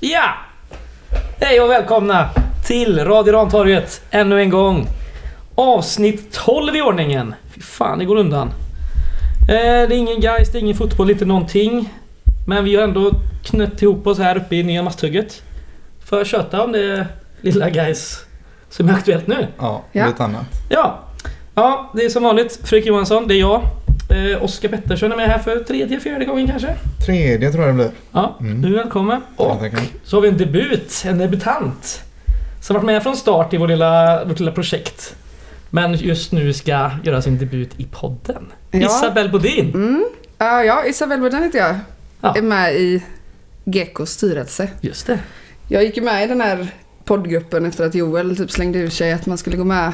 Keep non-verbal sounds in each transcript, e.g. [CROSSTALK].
Ja! Hej och välkomna till Radio Rantorget ännu en gång. Avsnitt 12 i ordningen. Fy fan, det går undan. Eh, det är ingen guys, det är ingen fotboll, inte någonting. Men vi har ändå knött ihop oss här uppe i Nya Masthugget. För att köta om det lilla guys som är aktuellt nu. Ja, Ja. lite annat. Ja. ja, det är som vanligt Fredrik Johansson, det är jag. Eh, Oskar Pettersson är med här för tredje, fjärde gången kanske. Tredje tror jag det blir. Ja, Mm. du är välkommen. Ja, Och tackar. så har vi en debut, en debutant. Som varit med från start i vår lilla, vårt lilla projekt. Men just nu ska göra sin debut i podden. Ja. Isabelle Bodin. Mm. Ja, ja, Isabel Bodin heter jag. Ja. Är med i Geckos styrelse. Just det. Jag gick ju med i den här poddgruppen efter att Joel typ slängde ur sig att man skulle gå med.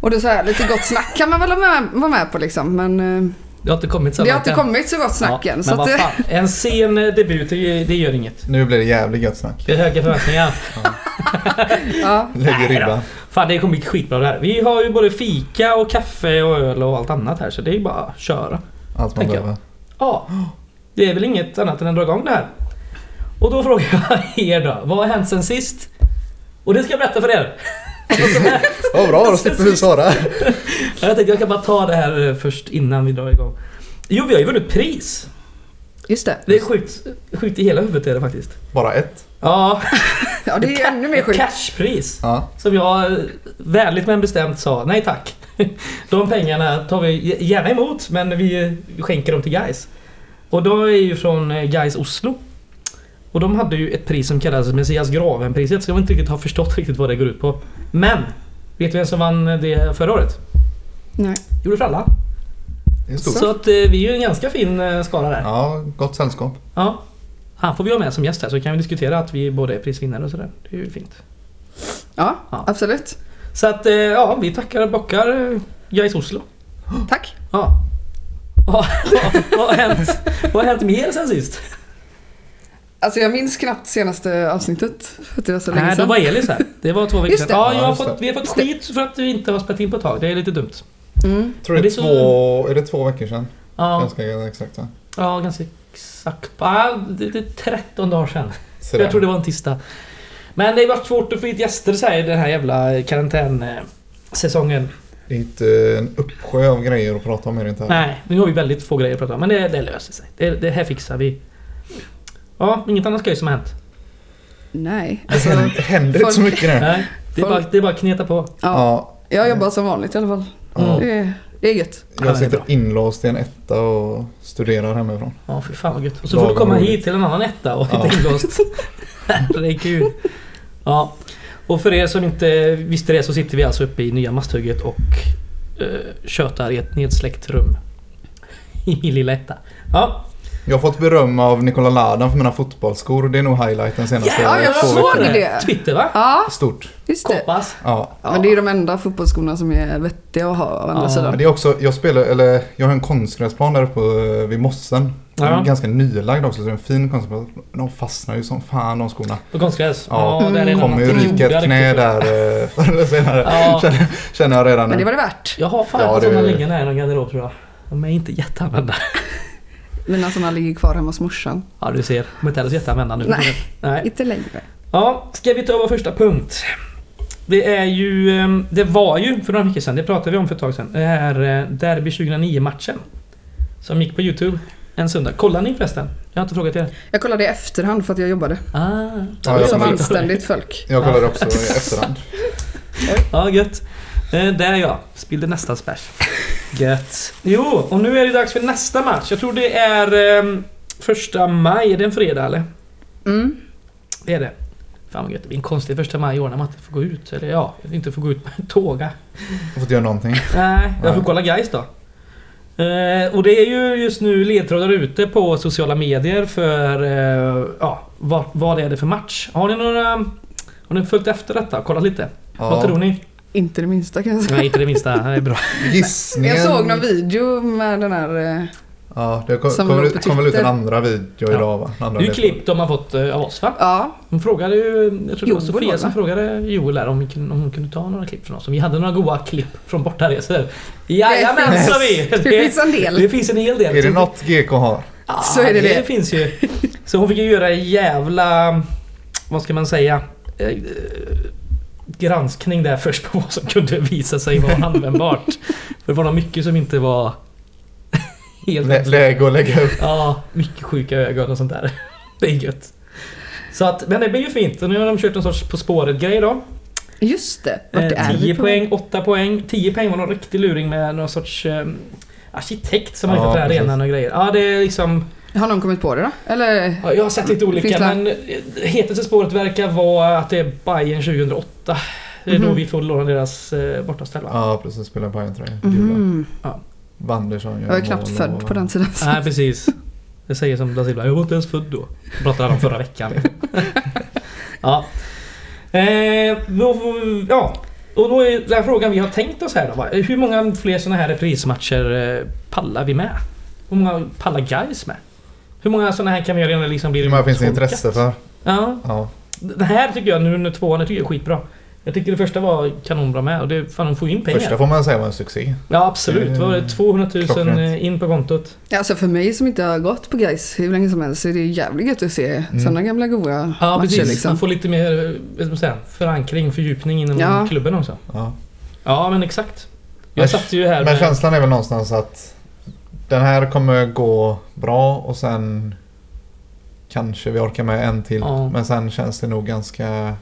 Och då så här, lite gott snack kan man väl vara med, vara med på liksom. Men eh, Det har inte kommit så det har långt inte än. kommit så gott snack än. men Så att, vad det- fan. En sen eh, debut, det det gör inget. Nu blir det jävligt gött snack. Det är höga förväntningar. [LAUGHS] ja. Lägger Nej då. ribban. Fan det kommer bli skitbra det här. Vi har ju både fika och kaffe och öl och allt annat här så det är ju bara att köra. Allt man Tänker jag. behöver. Ja, det är väl inget annat än att dra igång det här. Och då frågar jag [LAUGHS] er då, vad har hänt sen sist? Och det ska jag berätta för er. Vad bra, då slipper vi svara. Jag tänkte jag kan bara ta det här eh, först innan vi drar igång. Jo, vi har ju vunnit pris. Just det. Det är sjukt, sjukt i hela huvudet är det faktiskt. Bara ett. Ja, Ja, det är ju ännu mer ett sjukt. cashpris. Ja. Som jag eh, vänligt men bestämt sa, nej tack. [LAUGHS] De pengarna tar vi gärna emot men vi eh, skänker dem till Guys. Och då är ju från eh, Guys Oslo. Och de hade ju ett pris som kallas Messias Graven-priset så jag har inte riktigt har förstått riktigt vad det går ut på. Men! Vet du vem som vann det förra året? Nej. Gjorde Fralla. Det är Så, stort. att eh, vi är ju en ganska fin eh, skara där. Ja. Ja, gott sällskap. Han får vi ha med som gäst här så kan vi diskutera att vi både är prisvinnare och sådär. Det är ju fint. Ja, Ja. absolut. Så att eh, ja, vi tackar och bockar eh, Guys Oslo. Tack. Ja. [LAUGHS] Vad vad har hänt? Vad har hänt mer sen sist? Alltså jag minns knappt senaste avsnittet. För att det var så länge Nej, då sedan. var Elis här. Det var två veckor sedan. Just det. Ja, jag Ja, har just fått, det. vi har fått skit för att vi inte har spelat in på ett tag. Det är lite dumt. Mm. Tror Men det det är så- är två, är det två veckor sedan? Ja, Ganska exakt va? ja ganska exakt. Ja, det, det är 13 dagar sedan. Så Jag tror det var en tisdag. Men det har varit svårt att få hit gäster så här i den här jävla karantänsäsongen. Det är inte en uppsjö av grejer att prata om är det inte? här? Nej, nu har vi väldigt få grejer att prata om. Men det, det löser sig. Det, det här fixar vi. Ja, inget annat skoj som har [LAUGHS] hänt. Nej. Det Alltså, händer, händer inte så folk- mycket nu. Nej, det är bara, det är bara att kneta på. Ja. Ja. Jag jobbar som vanligt i alla fall. Mm. ja. Det är, det är gött. Ja, Mm. det är Jag sitter bra. inlåst i en etta och studerar hemifrån. Ja, för fan vad gött. Och så får Lagom du komma roligt. hit till en annan etta och Ja. inte inlåst. [LAUGHS] Herregud. Ja. Och för er som inte visste det så sitter vi alltså uppe i Nya Masthugget och eh, tjötar i ett nedsläckt rum. I min lilla etta. Ja, Jag har fått beröm av Nikola Ladan för mina fotbollsskor. Det är nog highlighten senaste Ja, jag två såg veckorna. det. Twitter va? Ja, Stort. just det. Koppas. Ja. Ja. Men det är ju de enda fotbollsskorna som är vettiga att ha å andra Ja. Men sidan. det är också, jag spelar, eller jag har en konstgräsplan där uppe eh, vid mossen. Den Ja. är ganska nylagd också, så det är en fin konstgräsplan. Men De fastnar ju som fan de skorna. På konstgräs. Ja, där är typ. det Kommer ju något ryka jordar ett knä riktigt. där eh, [LAUGHS] förr eller senare. Ja. Känner, känner jag redan Men det var nu. det värt. Jag har fan Ja, ja, det- sådana liggande här i någon garderob tror jag. De är inte jätteanvända. [LAUGHS] Mina sådana ligger kvar hemma hos morsan. Ja du ser, de är inte alls jätteanvända nu. Nej. Nej. Inte längre. Ja, ska vi ta vår första punkt. Det är ju, ehm, det var ju för några veckor sedan, det pratade vi om för ett tag sedan, det här eh, Derby 2009-matchen. Som gick på Youtube en söndag. Kollar ni förresten? Jag har inte frågat er. Jag kollade i efterhand för att jag jobbade. Ah, Ja, jag som kollade. anständigt folk. Jag kollade också i efterhand. Ja, gött. Eh, där ja, spillde nästan [LAUGHS] spärs. Gött. Jo, och nu är det dags för nästa match. Jag tror det är ehm, första maj, är det en fredag eller? Mm. Det är det. Fan vad gött, det blir en konstig första maj i år när man inte får gå ut. Eller ja, inte får gå ut med tåga. Jag får inte göra någonting. Nej, jag får Nej. kolla guys då. Eh, och det är ju just nu ledtrådar ute på sociala medier för eh, ja, vad, vad är det för match? Har ni några... Har ni följt efter detta? Kollat lite? [LAUGHS] Vad tror ni? Inte det minsta kan jag säga. Nej, inte det minsta. Det är bra. Gissningen... Jag såg någon video med den här... eh, Ja, det kom, som kommer låg ut- på kommer ut en Twitter. andra video Ja. idag va? En Det andra är ju del. klipp de har fått eh, av oss va? Ja, De frågade ju... Jag tror det var Joel, Sofia som va? frågade Joel där om, vi kunde- om hon kunde ta några klipp från oss. Om vi hade några goa klipp från bortaresor. Det Jajamän finns. sa vi! [LAUGHS] det finns en del. det finns en hel del. Är det något GK har? Ja, Så är det det det. finns ju. Så hon fick ju göra en jävla, vad ska man säga, eh, eh, granskning där först på vad som kunde visa sig vara [LAUGHS] användbart. För det var nog mycket som inte var [LAUGHS] helt... Lä- läge att lägga upp. Ja, mycket sjuka ögon och sånt där. [LAUGHS] Det är gött. Så att, men det blir ju fint. Och nu har de kört en sorts På spåret-grej då. Just det, vart Eh, är 10 vi på poäng, 8 poäng. 10 poäng var någon riktig luring med någon sorts eh, arkitekt som har Ja, hittat den här precis. arenan och grejer. Ja, det är liksom... Har någon kommit på det då? Eller? Ja, jag har sett lite olika Finns det? men eh, hetaste spåret verkar vara att det är Bayern 2008. Det är då Mhm. vi får låna deras eh, bortaställ va? Ja, precis. Spela Bajentröja. Mm. Mhm. Wanderson gör Jag var mål knappt och- född på den tiden. [LAUGHS] Nej precis. Det säger som da Silva, jag var inte ens född då. Pratade han om förra [LAUGHS] veckan. ja. Eh, då, får- ja. Och då är den här frågan vi har tänkt oss här då. va? Hur många fler sådana här reprismatcher eh, pallar vi med? Hur många pallar guys med? Hur många sådana här kan vi göra innan det liksom blir Hur många finns det uttolkat? intresse för? Ja. Ja. Den här tycker jag, nu när tvåan, jag tycker jag är skitbra. Jag tycker det första var kanonbra med och det, fan de får in pengar. Första får man säga var en succé. Ja absolut, vad var det 200 000 Klockrent. eh, in på kontot. Alltså för mig som inte har gått på Gais hur länge som helst så är det ju jävligt gött att se sådana gamla goa Ja matcher precis, man liksom. får lite mer eh, vad ska man säga, förankring, fördjupning inom Ja. klubben också. Ja. Ja men exakt. Men- Jag satt ju här Men med... känslan är väl någonstans att den här kommer gå bra och sen kanske vi orkar med en till. Ja. Men sen känns det nog ganska...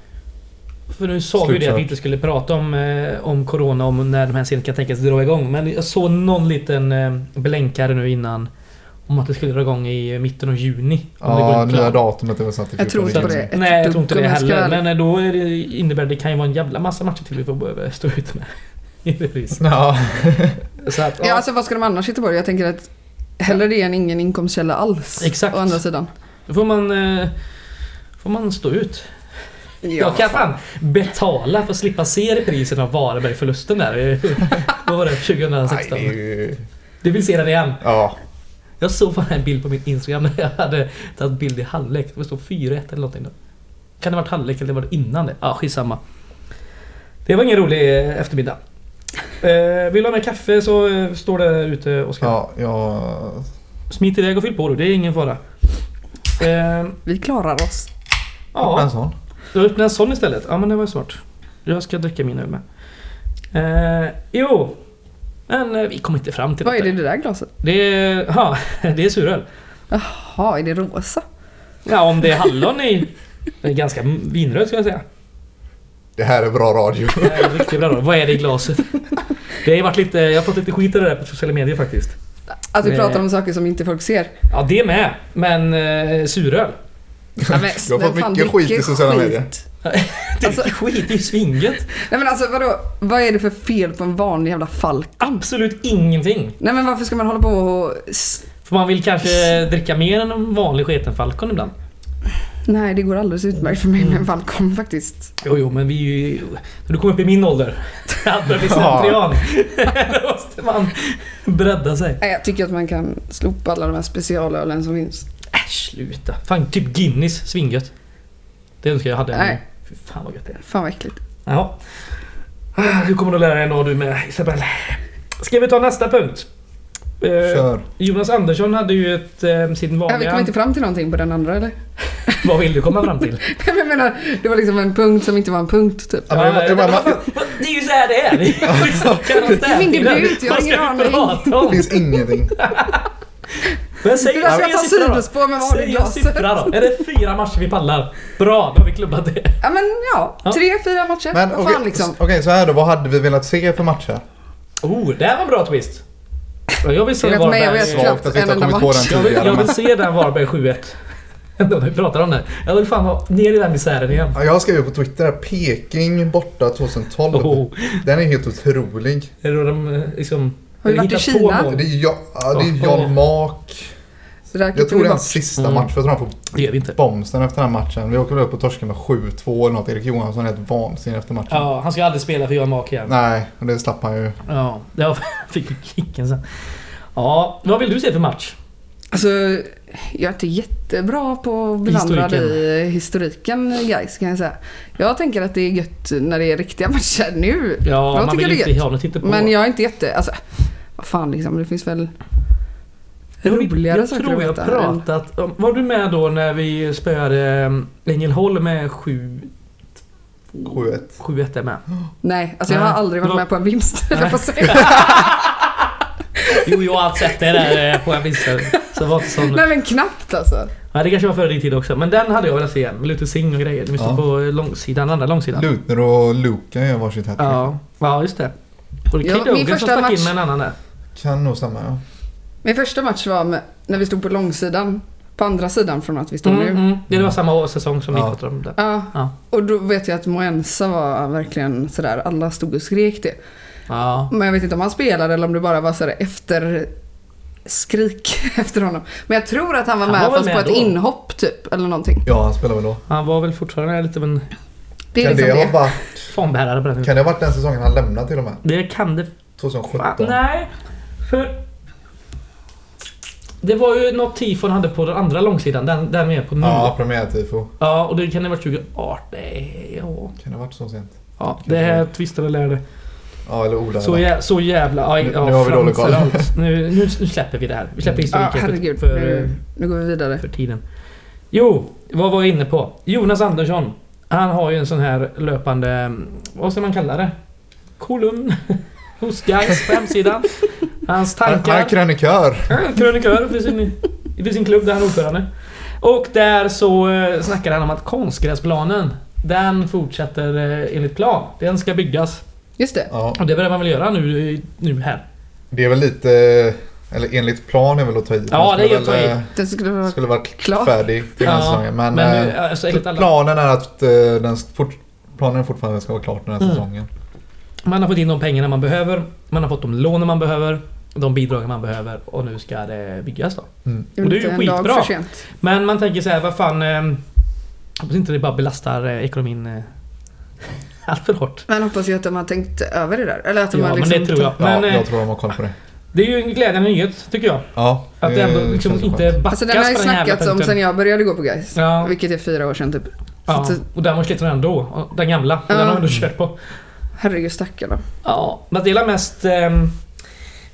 För nu sa vi ju det att Slutkört. vi inte skulle prata om, eh, om Corona, om när de här serierna kan tänkas dra igång. Men jag såg någon liten eh, blänkare nu innan om att det skulle dra igång i mitten av juni. Om det går Ja, inte nya klart. datumet är väl satt till Jag tror inte på 14. det. ett Nej, jag dugg tror inte det om jag ska heller. vara ärlig. Men eh, då är det, innebär det, det kan ju vara en jävla massa matcher till vi får behöva stå ut med. [LAUGHS] I repris. Ja, Så att, Ja, ja, alltså vad ska de annars hitta på? Jag tänker att hellre det än ingen inkomstkälla alls. Exakt. Å andra sidan. då får man, eh, får man stå ut. Ja, jag kan fan betala för att slippa se reprisen av Varberg-förlusten där. [LAUGHS] Vad var det? nej, det 2016? är ju... Du vill se den igen? Ja, Jag såg fan en bild på min Instagram när jag hade tagit bild i halvlek. Det stod 4-1 eller någonting. Då. Kan det ha varit halvlek eller var det innan det? Ja, ah, skitsamma. Det var ingen rolig eh, eftermiddag. Eh, vill du ha mer kaffe så eh, står det där ute Oskar. ja, ja. Smit iväg och fyll på du, det är ingen fara. Eh, Vi klarar oss. En ja, sån. du öppnar en sån istället. Ja men det var ju smart. Jag ska dricka min öl med. Eh, jo, men eh, vi kom inte fram till Vad är något det i där. det där glaset? Det är, [LAUGHS] ja, det är suröl. Jaha, är det rosa? Ja, om det är hallon i... Det är ganska vinröd ska jag säga. Det här är bra radio. Det är Riktigt bra då. Vad är det i glaset? Det har ju varit lite, jag har fått lite skit av det där på sociala medier faktiskt. Att vi Nej. pratar om saker som inte folk ser. Ja, det med. Men eh, suröl. Ja, men, [LAUGHS] Jag har fått vem fan mycket skit i dricker sociala skit? medier. Det är Alltså- skit, det är ju svinget. Nej men alltså vadå, vad är det för fel på en vanlig jävla falk? Absolut ingenting. Nej men varför ska man hålla på och... s- För man vill kanske dricka mer än en vanlig sketen falcon ibland. Nej det går alldeles utmärkt för mig med Mm. en falcon faktiskt. Jo, jo, men vi är ju... När du kommer upp i min ålder. [LAUGHS] Det blir slentrian. [LAUGHS] Då måste man bredda sig. Nej, jag tycker att man kan slopa alla de här specialölen som finns. Äsch, Äh, sluta. Fan, typ Guinness, svingött. Det önskar jag hade. Nej. Fy fan vad gött det är. Fan vad äckligt. Jaha. Ah, Du kommer att lära dig en dag du med Isabelle. Ska vi ta nästa punkt? Eh, Kör. Jonas Andersson hade ju ett, eh, sin Äh, vi vanliga... kom inte fram till någonting på den andra eller? Vad vill du komma fram [LAUGHS] till? Nej, men jag menar, det var liksom en punkt som inte var en punkt typ. Ja, men det var- det var- Ja, vad fan, det är ju såhär det är. Det är liksom karantän. min debut, jag har Vad ska ingen vi aning. prata om? Det finns [LAUGHS] ingenting. Men säg Det där ska säg jag ta en siffra då. sidospår med vanlig Säg en glas. siffra då. Är det fyra matcher vi pallar? Bra, då har vi klubbat det. [LAUGHS] Ja men ja, Ja. tre, fyra matcher. Men Vad okej, fan liksom. okej, så här då. Vad hade vi velat se för matcher? Oh, det här var en bra twist. Jag vill se Frågat mig, jag Varberg- vet knappt Svagt att vi en inte har enda kommit på den match. Jag vill, tidigare. jag vill men- se den Varberg 7-1. Ändå när vi pratar om det. Jag vill fan vara ner i den misären igen. Ja, jag skrev ju på Twitter här, Peking borta 2012. Oh, Den är helt otrolig. är det då de eh, liksom... Har vi eller varit i hittar på Kina? mål? Det är, ja, ja, det är Åh. John Mark. Så där Jag klipper tror det är vi bort. hans sista Oh. Mm. match. Jag tror han får Det gör vi inte. bomsen efter den här matchen. Vi åker väl upp och torskar med 7-2 eller något. Erik Johansson är helt vansinnig efter matchen. Ja, han ska aldrig spela för Johan Mark igen. Nej, och det slapp han ju. Ja, jag [LAUGHS] fick ju kicken sen. Ja, vad vill du se för match? Alltså, jag är inte jättebra på att bevandra Historiken. dig i historiken guys kan jag säga. Jag tänker att det är gött när det är riktiga matcher nu. Ja, jag man tycker vill det är inte gött. ha något att titta på. Men jag är inte jätte... Alltså, vad fan liksom, det finns väl... roligare jag saker tror att jag veta än- pratat om, Var du med då när vi spöade um, Ängelholm med 7... 7-1. 7-1 är med. Nej, alltså jag har Nej. aldrig varit Det var- med på en vinst. Nej. Jag får säga. Jo, jag har sett det där eh, på en viss Så det var inte sån... [LAUGHS] Nej men knappt alltså. Ja, det kanske var före din tid också. Men den hade jag velat se igen. Med Luther Singh och grejer. Du ja. Ja. på långsidan, andra långsidan. Lutner och Luka gör varsitt hattrick. Ja, ja just det. Och det Ja, ja, Kid Hogan min som första stack match- in med en annan där. Kan nog stämma ja. Min första match var med, när vi stod på långsidan. På andra sidan från att vi står Mm, nu. mm. Det var samma säsong som vi Ja. pratade om där. Ja. Ja. Och då vet jag att Moensa var verkligen sådär, alla stod och skrek det. Ja. Men jag vet inte om han spelade eller om det bara var sådär efter skrik [LAUGHS] efter honom. Men jag tror att han var Han med var väl fast på med ett då? inhopp typ eller någonting. Ja, han spelar väl då. Han var väl fortfarande lite av en Det är kan, liksom det Ha det. varit, fanbärare på den tiden. kan det ha varit den säsongen han lämnade till och med? Det kan det... 2017? Fan, nej. För... Det var ju något tifo han hade på den andra långsidan. Den, den vi är på nu. Ja, Ja. premiärtifo. och det kan det ha varit 2018. Nej, ja. Kan det ha varit så sent? ja. Det här tvistade lärde. Ja, eller Ola. Så, eller? jä så jävla... Ja, Nu- ja, nu har vi dålig koll. Mm. framförallt. Nu, nu, nu släpper vi det här. Vi släpper Ja, historiken herregud. för, för, nu, nu går vi vidare. för tiden. Jo, vad var jag inne på? Jonas Andersson. Han har ju en sån här löpande... Vad ska man kalla det? Kolumn. [LAUGHS] Hos Gais på hemsidan. Hans Han, han tankar. är krönikör. Ja, Krönikör för sin, för sin klubb där han är ordförande. Och där så eh, snackar han om att konstgräsplanen, den fortsätter eh, enligt plan. Den ska byggas. Just det. Ja, Och det börjar man väl göra nu, nu här. det är väl lite... Eller enligt plan är väl att ta i. Ja, Han det är att skulle väl, ta i. eh, Det skulle vara... Skulle varit Klar. färdig till den här säsongen. Men, men eh, nu, alltså, enligt alla, planen är att eh, den fort, planen fortfarande ska vara klar till den här Mm. säsongen. man har fått in de pengarna man behöver, man har fått de lånen man behöver, de bidragen man behöver och nu ska det byggas då. Mm. Och det är ju inte en dag skitbra. för sent. Men man tänker så här, vad fan... Eh, hoppas inte det bara belastar eh, ekonomin eh, [LAUGHS] allt för hårt. Men hoppas ju att de har tänkt över det där. Eller att de Ja, har men liksom... det tror jag. Ja, Men eh, jag tror de har koll på det. det är ju en glädjande nyhet, tycker jag. Ja, Att det ändå liksom känns inte skönt. backas Alltså den har ju på den jävla snackats om punkten. sen jag började gå på guys. Ja, Vilket är fyra år sedan typ. ja. Så att- och den var sliten redan då. och Den gamla. och Den Ja. har ändå kört på. Herregud stackarna. Ja, men det är väl mest... ehm,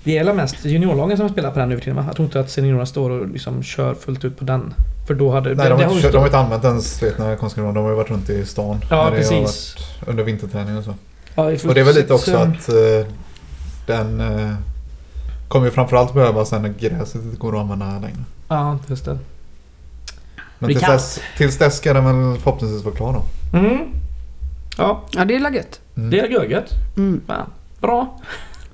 Det är väl mest juniorlagen som spelar på den nu för tiden va? Jag tror inte att seniorerna står och liksom kör fullt ut på den. För då hade... Nej, de har, har ju inte, kört- de har stått- inte använt ens svetna konstgräsplanen. De har ju varit runt i stan. Ja, när det har precis. varit Under vinterträning och så. ja, i fullt Och det är väl lite sitt, också ehm, att eh, den eh, kommer ju framförallt behövas sen när gräset inte går att använda längre. Ja, just det. Men Vi tills kan- dess, tills dess ska den väl förhoppningsvis vara klar då. Mm. Ja, Ja det är gött. Mm. det är göget. Mm. Fan. Bra.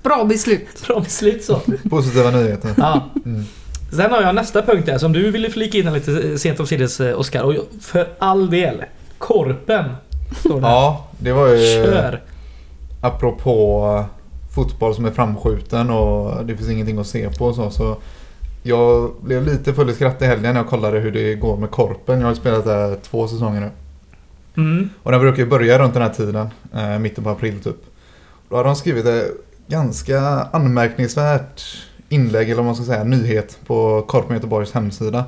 Bra beslut. Bra beslut så. Mm. Positiva nyheter. Ja. Mm. Sen har jag nästa punkt där som du ville flika in här lite eh, sent omsides eh, Oskar. Och jag- för all del. Korpen. Står det. Ja, eh. det var ju Kör. apropå eh, fotboll som är framskjuten och det finns ingenting att se på och så. så jag blev lite full i skratt i helgen när jag kollade hur det går med korpen. Jag har ju spelat där två säsonger nu. Mm. Och den brukar ju börja runt den här tiden, eh, mitten på april typ. Då har de skrivit ett ganska anmärkningsvärt inlägg, eller vad man ska säga, nyhet på Korpen Göteborgs hemsida.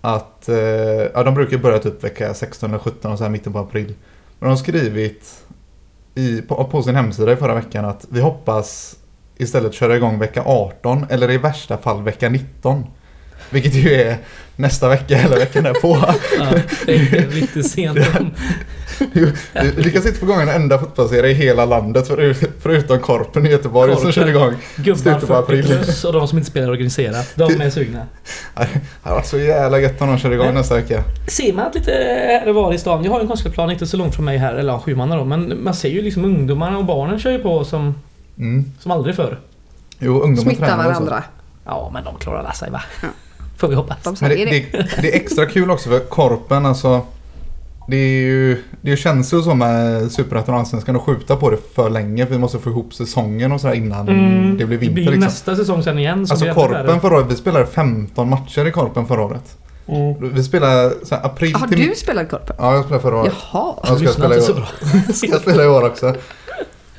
Att, eh, ja de brukar börja typ vecka 16 eller 17 och så här mitten på april. Men de har skrivit i, på, på sin hemsida i förra veckan att vi hoppas istället köra igång vecka 18 eller i värsta fall vecka 19. Vilket ju är nästa vecka eller veckan därpå. Ja, det är lite sent. [LAUGHS] Jo, Vi lyckas inte få igång en enda fotbollsserie i hela landet förut, förutom Korpen i Göteborg som Korpen. kör igång. Gubbar Slutet på 40 april. plus och de som inte spelar organiserat. De är sugna. Det hade varit så jävla gött om de kör igång nästa vecka. Ser man att lite här och var i stan. Jag har en konstgräsplan inte så långt från mig här, eller ja, sju manna då. Men man ser ju liksom ungdomarna och barnen kör ju på som, Mm. som aldrig förr. Jo, ungdomen Smitta tränar och så. varandra. Ja, men de klarar alla sig va? Ja. Får vi hoppas. De Men det, säger det. det, det är extra kul också för Korpen alltså. Det är ju, det känns ju som med Superettan och Allsvenskan att skjuta på det för länge för vi måste få ihop säsongen och sådär innan Mm, det blir vinter. ju liksom. nästa säsong sen igen. som Alltså vi är Korpen där. förra året, vi spelade 15 matcher i Korpen förra året. Mm. Vi spelade så här, april Har till... du spelat korpen? Ja, jag spelade förra året. Jaha. Jag ska Lyssnar spela inte i så år. bra. Jag spelar i år också.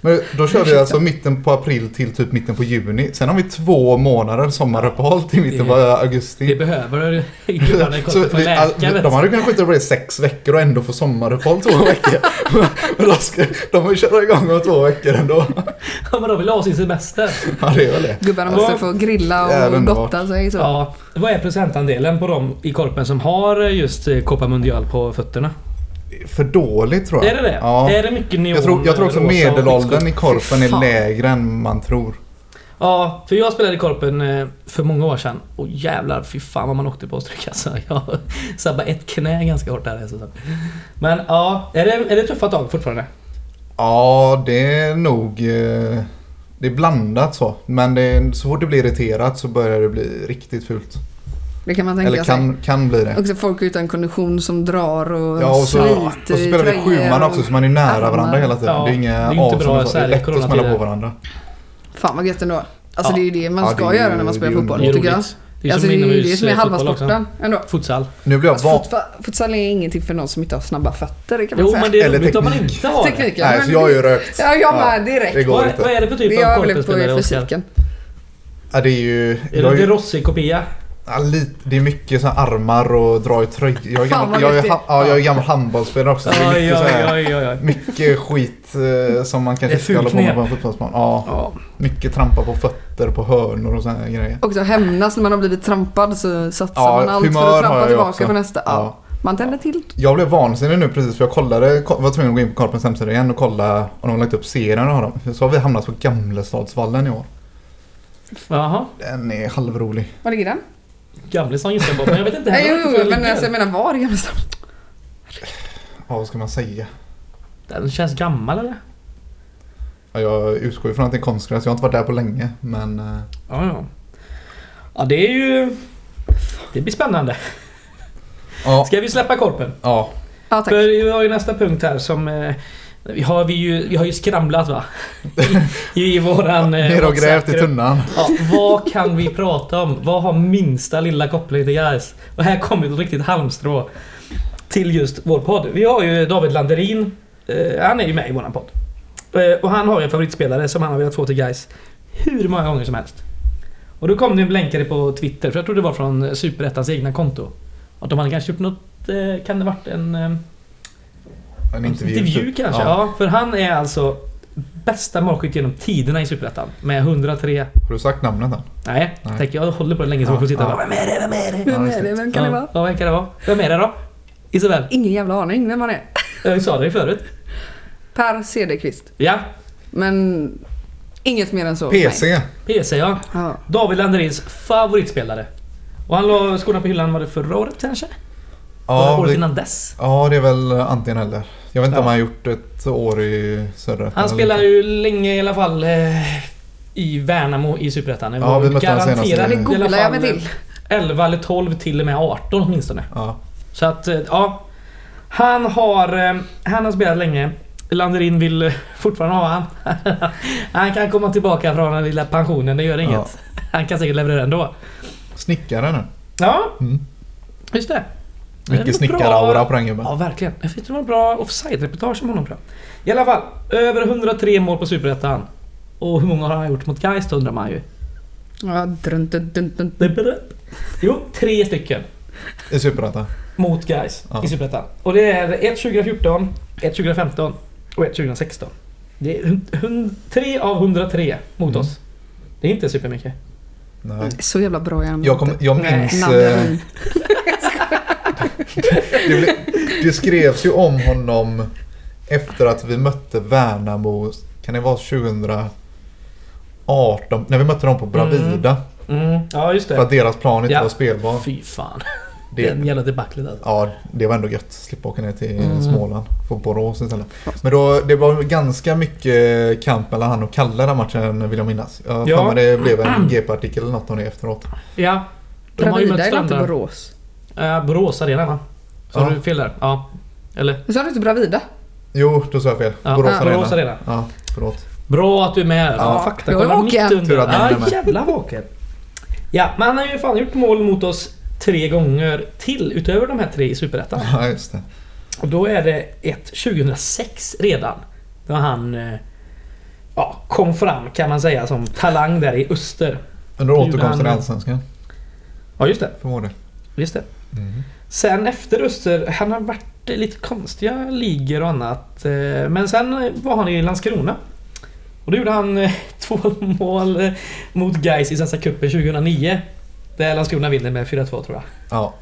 Men då kör vi alltså mitten på april till typ mitten på juni. Sen har vi två månader sommaruppehåll till mitten på Vi augusti. behöver [LAUGHS] gubbarna i Så kontakt på vi, all- läkaren. de hade kunnat skjuta på det i sex veckor och ändå få sommaruppehåll två veckor. [LAUGHS] Men de, ska, de får ju köra igång om två veckor ändå. Ja men de vill ha sin semester. Ja, det är väl det. Gubbarna Ja. måste få grilla och Jävla underbart. gotta sig. Så. Ja. Vad är procentandelen på de i korpen som har just eh, Copa Mundial på fötterna? För dåligt tror jag. Är det det? Ja. Är det mycket neon? Jag tror, jag tror också rosa och medelåldern i korpen Fy är fan. lägre än man tror. Ja, för jag spelade i Korpen eh, för många år sedan. Och jävlar, fy fan vad man åkte på stryk alltså. [LAUGHS] Jag sabbade ett knä ganska hårt där. Alltså. Men ja, är det, är det tuffa tag fortfarande? Ja, det är nog... eh, Det är blandat så. Men det är, så fort det blir irriterat så börjar det bli riktigt fult. Det kan man tänka Eller sig. kan, kan bli det. Också folk utan kondition som drar och Ja, och så, sliter och så i spelar vi tröjor sjuman och- också så man är nära varandra hela tiden. Ja, det är inga det är ju inte avstånd bra och så. Det är så här i lätt att smälla coronatider. på varandra. Fan vad gött ändå. Alltså Ja. det är ju det man Ja, ska det är ju- göra när man det är spelar ju fotboll Det är tycker jag. roligt. Det är alltså som det är ju det som är inomhusfotboll halva också. sporten ändå. Futsal. Nu blir jag Alltså, van... fotfa- futsal är ingenting för någon som inte har snabba fötter, det kan man Jo säga. men det är Eller roligt om man teknik. inte har det. Teknik, ja. Nej, men så jag har det- ju rökt. Ja, jag Ja. med direkt. Det går Vad, inte. vad är det för Det typ jag av överlevt på korpenspelare i Oskar? fysiken. Ja, det är ju... Är jag det är inte ju Rossi-kopia? ja, lite, det är mycket så här armar och dra i tröjor. Jag är Fan, gammal, vad jag är, vettigt. ha- ja, jag är gammal handbollsspelare också. så det är Oj, mycket så oj, här- oj, oj, oj. Mycket skit eh, som man Det är kanske ska hålla på fulknep. med på en fotbollsplan. Ja, Ja. mycket trampa på fötter, på hörnor och sådana grejer. Också hämnas när man har blivit trampad så satsar Ja, man allt humör för har att trampa jag tillbaka också. på nästa. Ja. Man tänder till. Jag blev vansinnig nu precis för jag kollade, ko- var tvungen att gå in på Korpens hemsida igen och kolla om de har lagt upp serien av dem. Så har vi hamnat på Gamlestadsvallen i år. Jaha. Den är halvrolig. Var ligger den? Gamlesson gissar jag på, men jag vet inte Nej, heller. jo, riktigt jo, var den men alltså, ligger. jag menar var i Gamlestaden? Ja, vad ska man säga? Den känns gammal eller? Ja, jag utgår ju från att det är konstgräs. Jag har inte varit där på länge, men... eh, Ja, ja. Ja, det är ju... Det blir spännande. Ja, Ska vi släppa korpen? ja. Ja, tack. För vi har ju nästa punkt här som... eh, Vi har, vi, ju, vi har ju skramlat [LAUGHS] va? I, i våran... eh, Ner och grävt i WhatsApp-grupp. tunnan. Ja, vad kan vi prata om? Vad har minsta lilla koppling till guys? Och här kommer ett riktigt halmstrå till just vår podd. Vi har ju David Landerin. Eh, han är ju med i våran podd. Eh, och han har ju en favoritspelare som han har velat få till guys hur många gånger som helst. Och då kom det en blänkare på Twitter, för jag tror det var från eh, Superettans egna konto. Att de hade kanske gjort något, eh, kan det varit en... Eh, En intervju. typ. kanske. Ja. för han är alltså bästa målskytt genom tiderna i Superettan med 103... Har du sagt namnet än? Nej, Nej. tänker jag håller på det länge så Ja, folk får sitta och ja. bara Vem är det? Vem är det? Vem just är det. det? Vem kan det Ja, vara? Ja, vem kan det vara? Vem är det då? Isabel? Ingen jävla aning vem han är. Jag sa det ju förut. Per Cederqvist. Ja, Men inget mer Oh, än så. Nej. PC. PC ja. Ja. David Landerins favoritspelare. Och han la skorna på hyllan, var det förra året kanske? Ja, Ja, året vi- innan dess. Ja, det är väl antingen eller. Jag vet inte Ja. om han har gjort ett år i södra Han spelar ju länge i alla fall eh, i Värnamo i Superettan. Det Ja, var vi mötte han senast i- garanterat Det i alla googlar jag fall mig till. 11 eller 12 till och med 18 åtminstone. Ja. Så att, eh, ja. Han har, eh, han har spelat länge. Landerin vill eh, fortfarande ha han. [LAUGHS] Han kan komma tillbaka från den lilla pensionen, det gör inget. Ja. Han kan säkert leverera ändå. Snickare nu. Ja, Mm. just det. Det var Mycket snickaraura bra. på den gubben. Ja, verkligen. Jag fick det var en bra offside-reportage om honom tror jag. I alla fall, över 103 mål på Superettan. Och hur många har han gjort mot Gais då undrar man ju. Ja, drun, dun, dun, dun. Jo, tre stycken. I Superettan. mot guys Ja. i Superettan. Och det är ett 2014, ett 2015 och ett 2016. Det är hun- hun- tre av 103 mot Mm. oss. Det är inte supermycket. Nej. Så jävla bra är han Jag, kom, jag Nej. minns... eh, Namn- det, blev, det skrevs ju om honom efter att vi mötte Värnamo. Kan det vara 2018? När vi mötte dem på Bravida. Mm. Ja, just För att det. deras plan inte Ja. var spelbar. Fy fan. Den Det, jävla debaclet alltså. ja, det var ändå gött. Slippa åka ner till Mm. Småland. Få Borås istället. Men då, det var ganska mycket kamp mellan han och Kalle den matchen vill jag minnas. Jag har Ja. för mig det blev [CLEARS THROAT] en GP-artikel eller något om det efteråt. Ja. De har ju Bravida mött eller inte varandra. Borås? Eh, Borås Arena va? Så Ja. har du fel där? Ja. Eller? Sa du inte Bravida? Jo, då sa jag fel. Ja. Borås Ah, Arena. Borås Arena. Ja, förlåt. Bra att du är med. Ja. Ja, fakta. Jag är Kolla mitt vaken. under. Tur att Ja, den är med. jävla vaken. Ja, men han har ju fan gjort mål mot oss tre gånger till utöver de här tre i Superettan. Ja, just det. Och då är det ett 2006 redan. Då han eh, ja, kom fram kan man säga som talang där i öster. Under Gjorde återkomsten i han- Allsvenskan, Ja, just det. förmodligen. Just det. Mm. Sen efter Öster, han har varit i lite konstiga ligor och annat. eh, Men sen var han i Landskrona. Och då gjorde han eh, [LAUGHS] två mål eh, mot Gais i Svenska cupen 2009. Där Landskrona vinner med 4-2 tror jag. Ja,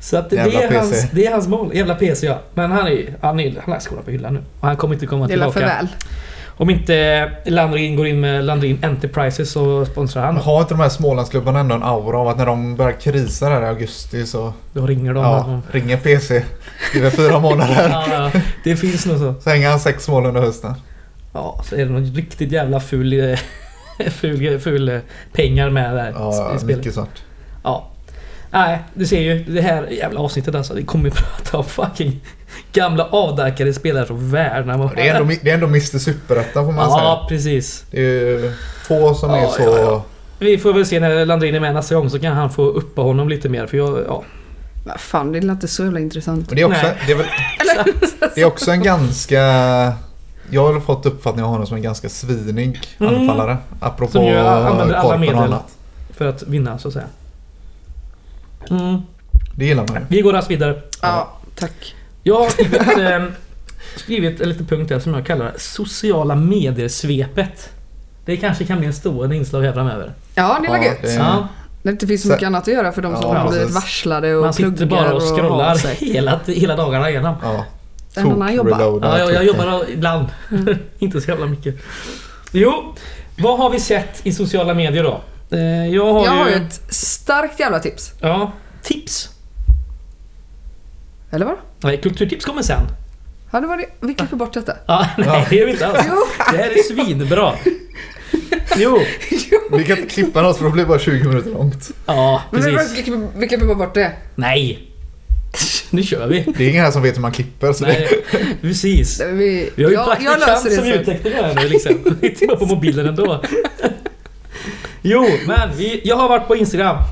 Så att det Jävla är, PC. hans, det är hans mål. Jävla PC ja. Men han är ju- han är- han har skolan på hyllan nu. Och han kommer inte komma Det är väl för tillbaka. väl. Om inte Landrin går in med Landrin Enterprises så sponsrar Men han. har inte de här Smålandsklubbarna ändå en aura av att när de börjar krisa där i augusti så Då ringer de. ja, ringer PC. Det är fyra månader. Ja, [LAUGHS] ja, det finns nog så. Så hänger han sex mål under hösten. Ja, så är det någon riktigt jävla ful, [LAUGHS] eh, ful, ful eh, pengar med där Ja, i spelet. mycket svart. Ja. Nej, du ser ju det här jävla avsnittet alltså. Vi kommer ju [LAUGHS] prata om fucking gamla avdankade spelare från Värnamo. Och Det är ändå, det är ändå Mr Superettan får man säga. Ja, precis. Det är ju få som är Ja, så... ja, ja. Vi får väl se när Landrin är med nästa gång så kan han få uppa honom lite mer för jag, ja. Men fan, det är inte så jävla intressant. Men det är också, Nej. [LAUGHS] det är väl, det är också en ganska... Jag har väl fått uppfattningen av honom som en ganska svinig Mm. anfallare. Apropå Som ju använder alla Korpen och medel. annat. För att vinna så att säga. Mm. Det gillar man ju. Vi går raskt vidare. Ja, tack. Jag har skrivit, eh, skrivit en liten punkt där som jag kallar sociala medier-svepet. Det kanske kan bli en stående inslag här framöver. Ja, det är Ja, väl gött. det- Ja, När det inte finns så Så- mycket annat att göra för de som Ja, har blivit precis. varslade och man sitter pluggar bara och har scrollar [LAUGHS] sig. hela, hela dagarna igenom. Ja. Den annan Tok- jobbar. reloada, Ja, jag, jag Twitter. jobbar ibland. [LAUGHS] Inte så jävla mycket. Jo, vad har vi sett i sociala medier då? Eh, Jag har, Jag har ju ju... ett starkt jävla tips. Ja, tips. Eller vad? Nej, kulturtips kommer sen. Ja, det var det. Vi klipper [LAUGHS] bort detta. Ja, nej, Ja. det gör vi inte alls. Jo. Det här är svinbra. Jo, Vi kan inte klippa något för då blir det bara 20 minuter långt. ja Men vi, precis. vi, klipper, vi klipper bara bort det. Nej, nu kör vi. Det är ingen här som vet hur man klipper. Så det, Nej, precis. Vi, Vi har ju jag, jag praktikant som löser det sen. ljudtekniker här nu liksom. Vi tittar på mobilen ändå. Jo, men vi, jag har varit på Instagram. [LAUGHS]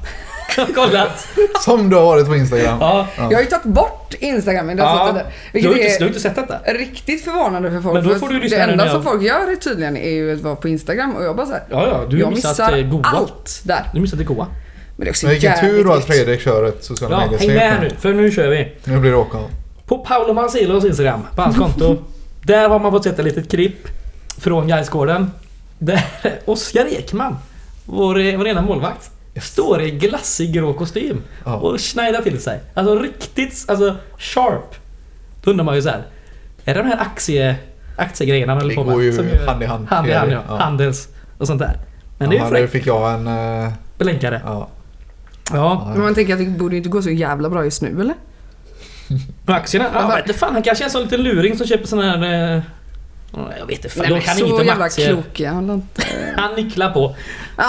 Jag har kollat. som du har varit på Instagram. Ja. Jag har ju tagit bort Instagram i det här Ja. sättet där. Du har, Vilket inte, är du har inte sett detta? riktigt förvånande för folk. Men då för får att du lyssna det nu enda när jag- som folk gör är tydligen är ju att vara på Instagram och jag bara såhär. Ja, ja. Du har Jag missat missar eh, Goa. allt där. Du har missat det goa. Men det är också Men vilken tur jävligt då att nytt. Fredrik kör ett sociala Ja, medier häng med här nu, för nu kör vi. Nu blir det åka av. På Paolo Manzilos Instagram, på hans [LAUGHS] konto. där har man fått sett ett litet klipp från Gaisgården. Där [LAUGHS] Oskar Ekman, vår, vår ena målvakt, står i glassig grå kostym Ja. och snajdar till sig. Alltså riktigt alltså sharp. Då undrar man ju så här. Är det de här aktie, aktiegrejerna man håller Det på med? går [LAUGHS] ju gör- hand i hand. Hand i hand, ja. Ja. Handels och sånt där. Men det är Ja, ju nu fräckt. fick jag en... eh, Blänkare. Ja. Ja. Men man tänker att det borde ju inte gå så jävla bra just nu eller? Men aktierna? Ja, jag vet inte fan, han kanske är en sån liten luring som köper sån här... Eh, jag vet inte, fan, Nej, de kan så inget om jävla aktier. klok är [LAUGHS] han inte. Han nicklar på. Så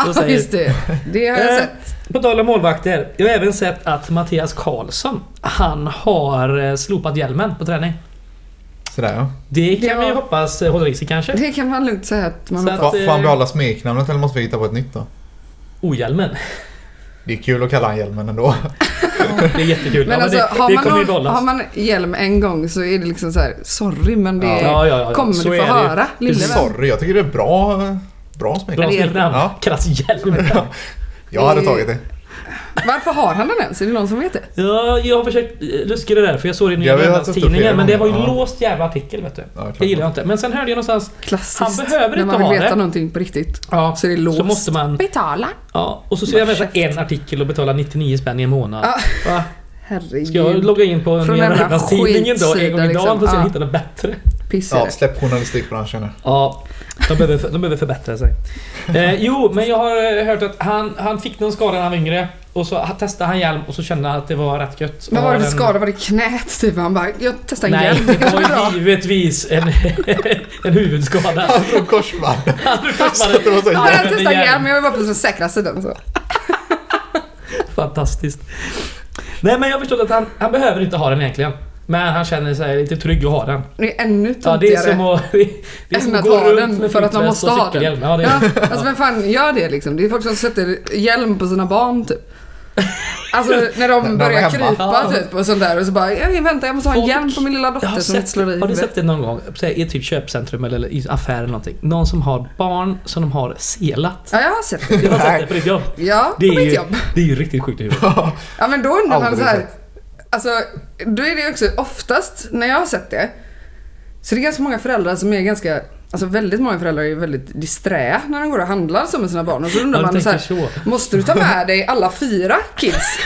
Ja, säger- just det. Det har jag Eh, sett. På tal om målvakter, jag har även sett att Mattias Karlsson, han har eh, slopat hjälmen på träning. Sådär ja. Det kan Ja. vi ju hoppas eh, håller i sig kanske. Det kan man lugnt säga att man Så har att- fått. Fa- Får han behålla smeknamnet eller måste vi hitta på ett nytt då? [LAUGHS] Ohjälmen. Det är kul att kalla han Hjelmen ändå. Det är jättekul. Men ja, alltså, men det, har, det man kommer ju någon, behållas. har man hjälm en gång så är det liksom så här: sorry men det Ja. Ja, ja, ja, ja. kommer Så du är få det ju. höra lille vän. Sorry, jag tycker det är bra, bra Bra smeknamn. det är- smeknamn. Ja. Krass hjälm. Jag hade tagit det. Varför har han den ens? Är det någon som vet det? Ja, jag har försökt eh, luska det där för jag såg det i Jag vet att Nya det står tidningen flera men det var ju gånger. Ja. låst jävla artikel vet du. Ja, klart. Det gillar jag inte. Men sen hörde jag någonstans Klassiskt. Han behöver När inte man vill ha veta det. någonting på riktigt. Ja, Så det är låst. så måste man... Betala. Ja, och så ska jag läsa en artikel och betala 99 spänn i en månad. Ja. Va? Herregud. Ska jag logga in på Från Nya den här Värmlandstidningen då en gång i skitsida, dagen för att se om jag liksom. hittar något bättre? Piss i Ja, det. släpp journalistikbranschen nu. Ja, de behöver, de behöver förbättra sig. Eh, jo, men jag har eh, hört att han, han fick någon skada när han var yngre. Och så ha- testade han hjälm och så kände han att det var rätt gött. Vad Och var det har för en- skada? Var det knät? Typ han bara, jag testar en Nej, hjälm. det [LAUGHS] var ju givetvis en, [LAUGHS] en huvudskada. Han drog [LAUGHS] korsband. Han Så det var så Ja, jag Ja, testar en hjälm. hjälm men jag var på den säkra sidan så. Fantastiskt. Nej men jag förstod att han, han behöver inte ha den egentligen. Men han känner sig lite trygg att ha den. Det är ännu Ja, det är som töntigare. att, [LAUGHS] det är som Än att att gå ha runt den med för att man flytväst måste och ha den. cykelhjälm. Ja, det är, Ja, alltså vem fan gör det liksom? Det är folk som sätter hjälm på sina barn typ. Alltså när de de är börjar hemma. krypa typ och sånt där och så bara "Ej, vänta jag måste ha en Folk- hjälm på min lilla Jag har, dotter som inte sett, slår i har ni huvudet. sett det någon gång? Säg, I typ köpcentrum eller i affär eller någonting. Någon som har barn som de har selat. Ja jag har sett det. Jag har sett Nej. det på ditt jobb. Ja, Det på är, mitt ju, jobb. det är ju riktigt sjukt i huvudet. Ja men då undrar man Aldrig så här. sett. Alltså då är det ju också oftast när jag har sett det. Så det är ganska många föräldrar som är ganska Alltså väldigt många föräldrar är väldigt disträ när de går och handlar så med sina barn och så undrar Ja, du man så här, tänker Måste du ta med dig alla fyra kids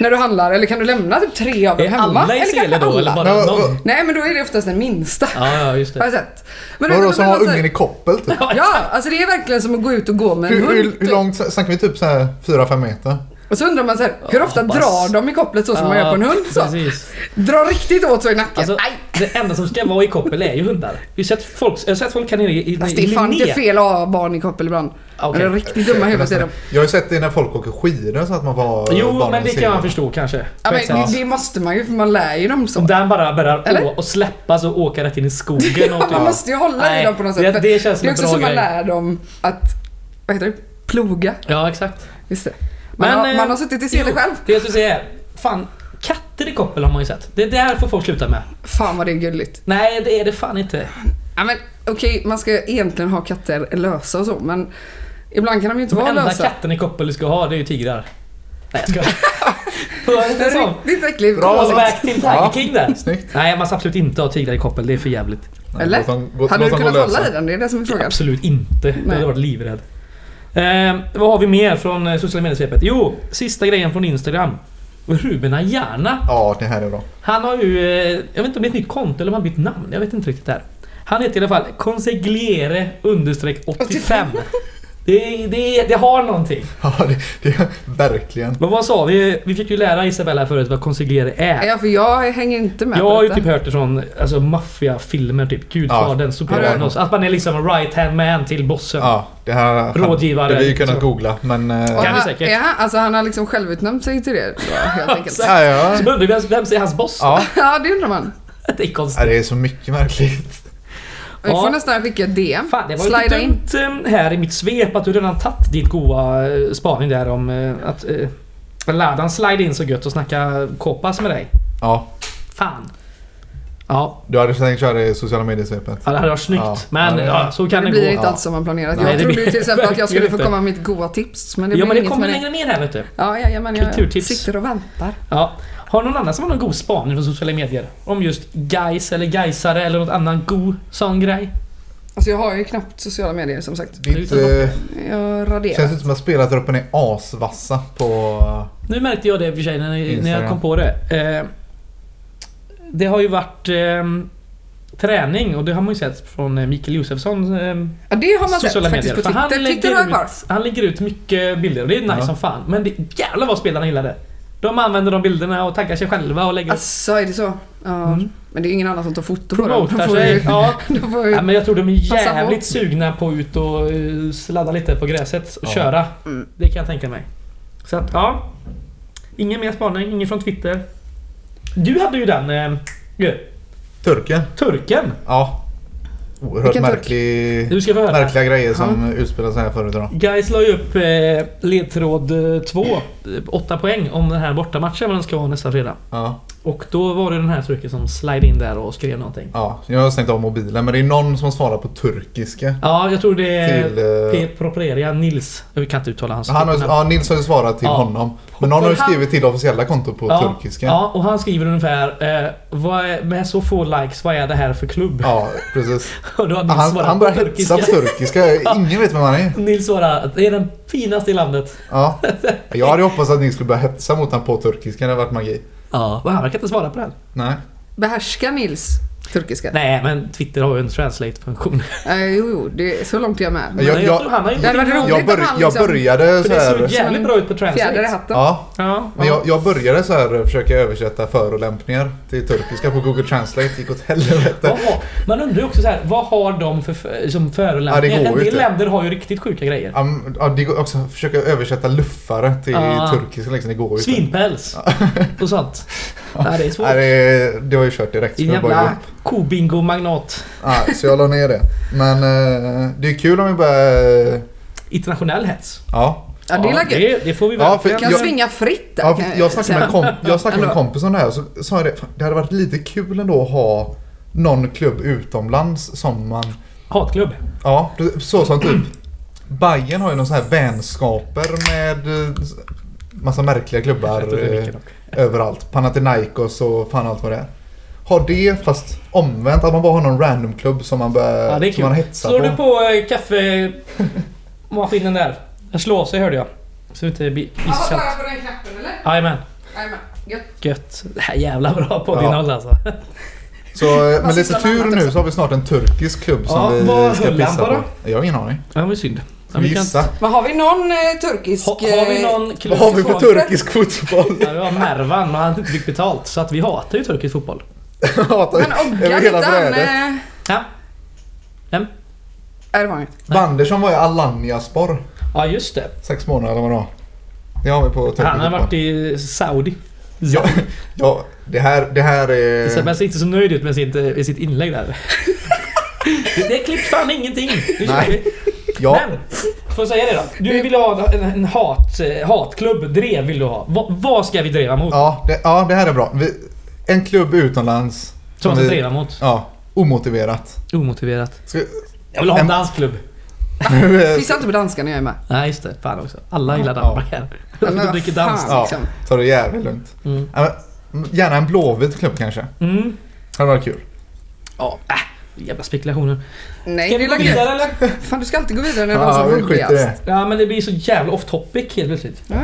när du handlar eller kan du lämna typ tre av Är dem? alla i sele då eller bara Ja, någon? och- Nej men då är det oftast den minsta. Ja, ja, just Har det. jag sett. Men Vadå, då som blir har man så här- ungen i koppel typ? [LAUGHS] Ja, alltså det är verkligen som att gå ut och gå med en Hur, hund. hur, hur typ. långt snackar vi? Typ så här 4-5 meter? Och så undrar man så här, hur ofta hoppas. drar de i kopplet så som man Ja, gör på en hund? Så. Precis. Dra riktigt åt så i nacken. Alltså, Aj! det enda som ska vara i koppel är ju hundar. Vi har sett folk, jag har sett folk här nere i, i, Fast det i är fan inte Linné. fel att ha barn i koppel ibland. Ja, Okay. Ah, okej. De är riktigt dumma i huvudet är de. Jag har ju sett det när folk åker skidor så att man var Jo, barnen men det ser kan man förstå kanske. Ja, På men ett sätt. det, det måste man ju för man lär ju dem Om så. den bara börjar Eller? å- och släppas och åka rätt in i skogen. Och Man måste ju hålla Nej, i dem på något sätt. det- för det känns som det en är också bra så man grej. lär dem att, vad heter det, ploga. Ja, exakt. Just det. Man, Men, har, eh, man har suttit i sele jo, själv. Det jag skulle säga är, fan, katter i koppel har man ju sett. Det där får folk sluta med. Fan vad det är gulligt. Nej, det är det fan inte. Ja, men, okej, man ska egentligen ha katter lösa och så, men ibland kan de ju inte De vara enda lösa. katten i koppel du ska ha, det är ju tigrar. Nej, jag [LAUGHS] skojar. Hör inte så. Riktigt äcklig. Bra. Callback till Tiger Ja. King där. Snyggt. Nej, man ska absolut inte ha tigrar i koppel. Det är för jävligt. Nej, Eller? låt dem- låt- Hade du låt dem gå kunnat hålla lösa. i den? Det är det som är frågan. Absolut inte. Jag Nej. hade varit livrädd. Eh, vad har vi mer från eh, sociala medier-svepet? Jo, sista grejen från Instagram. Ruben Ayana. Ja, det här är bra. [LAUGHS] Han har ju, eh, jag vet inte om det är ett nytt konto eller om han bytt namn. Jag vet inte riktigt där. Han heter i alla fall Consegliere understreck 85. Det, det, det har någonting. Ja, det, det, verkligen. Men vad sa vi? Vi fick ju lära Isabella här förut vad Consegliere är. Ja, för jag hänger inte med Jag på har ju detta. typ hört det från alltså, maffiafilmer, typ Gudfadern, Ja. Sopranos. Att man är liksom en right-hand man till bossen. Ja, det här... Typ. Rådgivare. Det hade vi ju kunnat Så. googla, men... eh, Och Kan vi han- säkert. Är han, alltså han har liksom självutnämnt sig till det [LAUGHS] då, helt enkelt. Ja, ja. Så man undrar vem, vem är hans boss? ja. ja, det undrar man. Det är Ja, konstigt. det är så mycket märkligt. Vi Ja. får nästan skicka ett DM. Fan, det var Slida lite in. dumt eh, här i mitt svep att du redan tagit ditt goa eh, spaning där om eh, att eh, Ladan slide in så gött och snacka koppas med dig. Ja, Fan. Ja, du hade tänkt köra det i sociala medier-svepet. ja, det hade varit snyggt. Ja. Men Ja, det- ja, så Det kan det, blir gå. inte Ja. alls som man planerat. Nej, det jag trodde blir- ju till exempel [LAUGHS] att jag skulle få verkligen komma med mitt goa tips, men ja det blev men det inget kommer med det. längre ner här vet du. Ja, jajamän, jag Kulturtips. sitter och väntar. Ja. Har någon annan som har någon god spaning från sociala medier? Om just guys eller gaisare eller något annan god sån grej? Alltså jag har ju knappt sociala medier som sagt. Det är Det är inte, eh, Jag känns raderar. inte som att spelartruppen är asvassa på... eh, Nu märkte jag det i och för sig när, när jag Instagram. kom på det. Eh, det har ju varit eh, träning och det har man ju sett från eh, Mikael Josefsson eh, Ja, det har man sett sociala faktiskt medier. på För han, Twitter. Twitter har jag lägger kvar. ut, han lägger ut mycket bilder och det är nice Ja. som fan. Men det, jävlar vad spelarna gillar det. De använder de bilderna och taggar sig själva och lägger Alltså är det så? Ja. Mm. Men det är ingen annan som tar foto på dem. Promotar De får ju, sig. Ja. [LAUGHS] de får ju, Ja, men jag tror de är Passa på. jävligt sugna på att ut och eh, sladda lite på gräset och Ja. köra. Mm. Det kan jag tänka mig. Så att ja. Ingen mer spaning, ingen från Twitter. Du hade ju den eh, ju, Turken? turken. Ja. Oerhört Vilken turk? märklig... Du ska få höra. Märkliga grejer som utspelar sig här förut idag. Guys la ju upp eh, ledtråd 2, 8 poäng om den här bortamatchen vad den ska vara nästa fredag. Ja, Och då var det den här turken som slide in där och skrev någonting. ja. Jag har stängt av mobilen men det är någon som har svarat på turkiska. Ja, jag tror det är Till, eh, P. Properia Nils. Jag kan inte uttala hans Han har, ja, Nils har ju svarat till Ja. honom. Men någon har ju För han- skrivit till det officiella kontot på ja, turkiska. Ja. Ja, och han skriver ungefär eh, vad är, med så få likes, vad är det här för klubb? precis. [LAUGHS] Och då har Nils Han, svarat han på börjar hetsa på turkiska. Ingen vet vem han är. [LAUGHS] Nils svarar att det är den finaste i landet. Ja. Jag hade ju hoppats att ni skulle börja hetsa mot honom på turkiska. Det hade varit magi. Ja. Och han verkar inte svara på den. Nej. behärskar Nils turkiska? Nej, men Twitter har ju en translate-funktion. Eh, jo, jo, det är så långt är jag med. Men [LAUGHS] Jag- jag, jag- tror han har gjort Det hade varit någonting roligt. bra. Jag, inte bör, han, jag liksom. började För så det här. såg jävligt bra ut på translate. Fjäder i hatten. Ja. Ja, Men jag, jag började så här försöka översätta förolämpningar till turkiska på Google Translate. gick åt helvete. Jaha, Man undrar ju också så här, vad har de för, för som förolämpningar? Ja, det en går ju del inte. länder har ju riktigt sjuka grejer. Ja, men, Ja, det går också att försöka översätta luffare till Ah. turkiska liksom. Det går ju inte. Svinpäls [LAUGHS] och sånt. Nej, det är svårt. Nej, det, det har jag kört direkt. så Din jag bara jävla kobingo-magnat. Ja, så jag la ner det. Men eh, det är kul om vi börjar... eh, Internationell hets. Ja. Ja, det är lagget. det, det får vi Ja, för verkligen. Kan jag- svinga fritt där. Ja, kan för jag snackade med en, säga. komp- jag snackade med en Ändå. kompis om det här och så sa jag det, "Fan, det hade varit lite kul ändå att ha någon klubb utomlands som man, Hatklubb. ja, så som typ [CLEARS THROAT] Bayern har ju någon sån här vänskaper med eh, massa märkliga Jag tror klubbar det är eh, mycket dock. överallt. Panathinaikos och fan allt vad det är. Ha det fast omvänt, att man bara har någon randomklubb som man, börjar, Ja, det är eh, som man kul. hetsar Slår på. du på eh, kaffemaskinen där? Den slår sig hörde jag. Så det inte blir Ja, iskallt. bara på den knappen eller? Jajamän. Jajamän. Gött. Gött. Det här är jävla bra poddinnehåll alltså. Så eh, Vad med lite sysslar man tur nu med också? så har vi snart en turkisk klubb som Ja, vi vad ska höll han pissa på på. Jag har ingen aning. Ja, men synd. Ska Men vi vi kan- gissa? Men har vi någon eh, turkisk... Ha, har vi någon klubb Vad har vi för kvar? turkisk fotboll? [LAUGHS] Ja, vi har Mervan, men han har inte fick betalt. Så att vi hatar ju turkisk fotboll. Jag hatar Men Oggan, inte han... eh, Ja. Nej, det var inget. Bandersson var ju Alanyaspor. Ja, just det. Sex månader eller vad det var. Det har vi på turkisk Han har fotboll. varit i Saudi. Ja, ja, det här, det här eh, är... Sebbe ser inte så nöjd ut med sitt, eh, i sitt inlägg där. [LAUGHS] Det, det klipps fan ingenting. Nu kör Nej. vi. Ja, Men, får jag säga det då? Du vill ha en, en hat, eh, hatklubb, drev vill du ha. Va, vad ska vi driva mot? ja, det, ja, det här är bra. Vi, en klubb utomlands. Som man ska vi- driva mot. Ja, omotiverat. Omotiverat. Ska, Jag vill ha en En- dansklubb. [LAUGHS] Eh, Pissa inte på danska när jag är med. Nej just det, fan också. Alla gillar Ja. Danmark här. Ja, De men dricker vad fan. dans. ja, liksom. ta det jävligt lugnt. Mm. Ja, men, gärna en blåvit klubb kanske. Mm. Det hade varit kul. Ja, äh, jävla spekulationer. Nej, Ska det vi gå är vidare vidare? eller? Fan, du ska alltid gå vidare när det var Ja, som vi skiter i roligast. det. Ja men det blir så jävla off topic helt plötsligt. Ja, ja.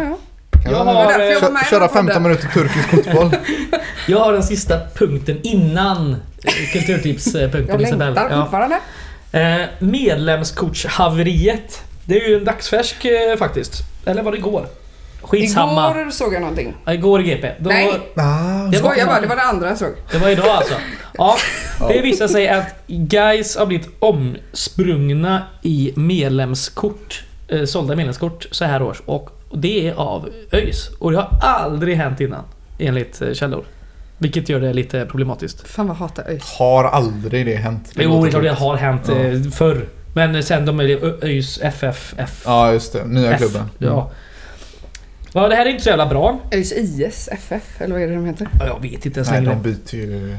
Kan Jag vi- har, därför jag eh, var- Kö- Köra 15 minuter turkisk fotboll. [LAUGHS] jag har den sista punkten innan eh, kulturtipspunkten Jag Isabel. längtar Ja. fortfarande. Eh, Medlemscoachhaveriet. Det är ju en dagsfärsk eh, faktiskt. Eller var det igår? Skitsamma. Igår, Igår såg jag någonting. ja, igår i GP. Då, Nej. Ah, Det var, Skojar bara, det var det andra jag såg. det var idag alltså. Ja, det visar sig att guys har blivit omsprungna i medlemskort. Eh, sålda medlemskort så här års. Och det är av ÖIS. Och det har aldrig hänt innan. Enligt eh, källor. Vilket gör det lite problematiskt. Fan vad jag hatar ÖIS. Har aldrig det hänt? Jo, det är klart det har hänt Ja. eh, förr. Men sen de är Ö- ÖIS FFF. Ja, just det. Nya F. klubben. Mm. Ja. Ja, det här är inte så jävla bra. ÖIS IS FF, eller vad är det de heter? Ja, Jag vet inte ens Nej, längre. de byter ju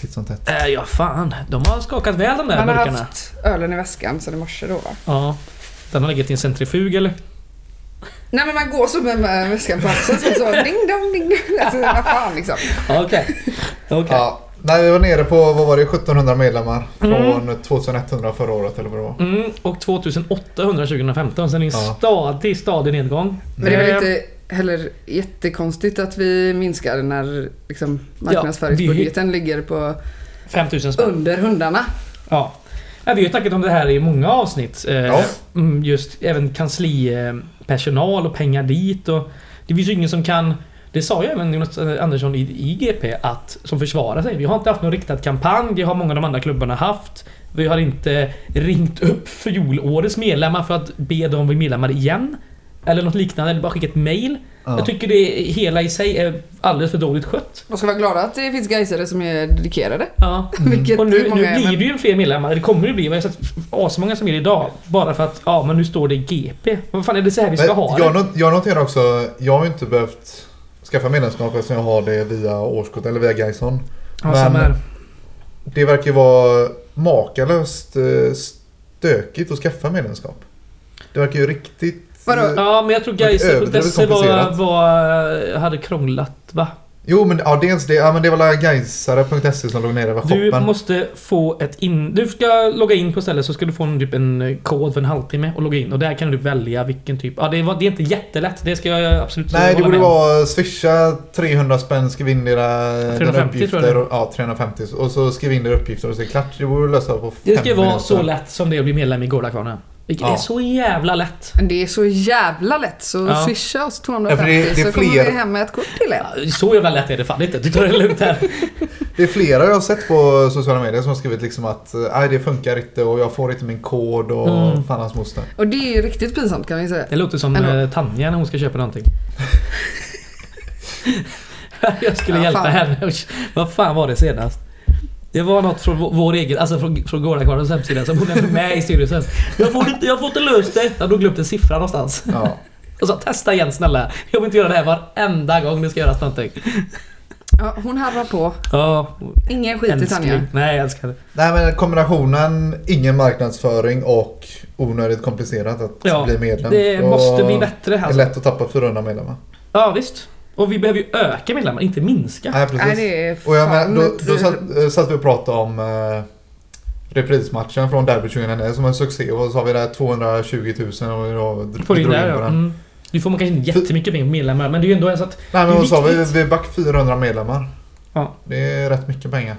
titt som tätt. Äh, ja, fan. De har skakat väl de där Man har burkarna. haft ölen i väskan sen i morse då va? Ja. Den har legat i en centrifug eller? Nej men man går så med, med väskan på axeln så, [LAUGHS] så ding dong ding dong. Alltså vad fan liksom. Ja, Okej. Okej. Ja, nej, vi var nere på, vad var det, 1700 medlemmar från 2100 förra året eller vad det var. Mm, och 2800 2015, sen är det en Ja. stadig, stadig nedgång. Men det är väl Eh, inte heller jättekonstigt att vi minskar när liksom, marknadsföringsbudgeten ligger på 5000 spänn. under hundarna. Ja. ja. Vi har ju snackat om det här i många avsnitt. Eh, Ja. mm, Just även kanslipersonal och pengar dit. Och det finns ju ingen som kan... Det sa ju även Jonas Andersson i, i GP att, som försvarar sig. Vi har inte haft någon riktad kampanj. Det har många av de andra klubbarna haft. Vi har inte ringt upp fjolårets medlemmar för att be dem bli medlemmar igen. Eller något liknande. Eller bara skicka ett mail. Ja. Jag tycker det hela i sig är alldeles för dåligt skött. Man ska vara glada att det finns gaisare som är dedikerade. Ja. Mm. Vilket Och nu, nu många är, blir men- det ju fler medlemmar, det kommer det bli. Vi har sett asmånga som är det idag. Bara för att, ja men nu står det GP. Vad fan är det så här vi ska Men ha jag, det? not- jag noterar också, jag har ju inte behövt skaffa medlemskap eftersom jag har det via årskort eller via Gaison. Ja, som men- är, Det verkar ju vara makalöst eh, stökigt att skaffa medlemskap. Det verkar ju riktigt... Vadå? eh, ja men jag tror Men det är Gais.se överdrivet var, komplicerat. var, eh, hade krånglat va? Jo men ja, dels det, ja, men det var väl gaisare.se som låg nere vid Du shoppen. måste få ett in... Du ska logga in på stället så ska du få en, typ en eh, kod för en halvtimme och logga in. Och där kan du välja vilken typ. Ja det, var, det är inte jättelätt, det ska jag absolut Nej, det hålla borde med om. vara swisha 300 spänn, skriv in dina, dina 350 tror jag uppgifter. det Och, ja, 350. Och så skriv in dina uppgifter och så är det klart. Det borde lösa på fem Det ska vara minuter. så lätt som det är att bli medlem i Gårdakvarnen. Vilket Ja. är så jävla lätt. men det är så jävla lätt så Ja. swisha oss Ja, för 250 det- det är fler- så kommer vi hem med ett kort till er. Ja, Så jävla lätt är det fan inte. Du tar det lugnt här. Det är flera jag har sett på sociala medier som har skrivit liksom att nej det funkar inte och jag får inte min kod och Mm. fan hans moster. Och det är ju riktigt pinsamt kan vi säga. Det låter som Ändå. eh, Tanja när hon ska köpa någonting. [LAUGHS] jag skulle Ja, hjälpa fan. henne. Usch, Vad fan var det senast? Det var något från vår- vår egen, alltså från, från Gårdakvarnens [LAUGHS] hemsida som hon är med i styrelsen. Jag, får inte, jag får inte löst det. Jag har nog glömt en siffra någonstans. Ja. Jag sa testa igen snälla. Jag vill inte göra det här varenda gång det ska göras någonting. Ja, hon harvar på. Ja, Ingen skit i älskling. Tanja. Nej, jag älskar det. Nej men kombinationen ingen marknadsföring och onödigt komplicerat att Ja, bli medlem. Det Då måste bli bättre Det är alltså. lätt att tappa 400 medlemmar. Ja, visst. Och vi behöver ju öka medlemmar, inte minska. Nej precis. Nej, det är fan Och jag menar, då, inte- då satt, eh, satt vi och pratade om eh, reprismatchen från derbyt 2009 som var en succé och så har vi där 220 000 och vi då dr- Får vi in drog där, in på ja. den. mm. Du får man kanske inte jättemycket pengar på medlemmar, men det är ju ändå en så att... Nej men Det är vad sa vi? viktigt. Vi är back 400 medlemmar. Ja. Det är rätt mycket pengar.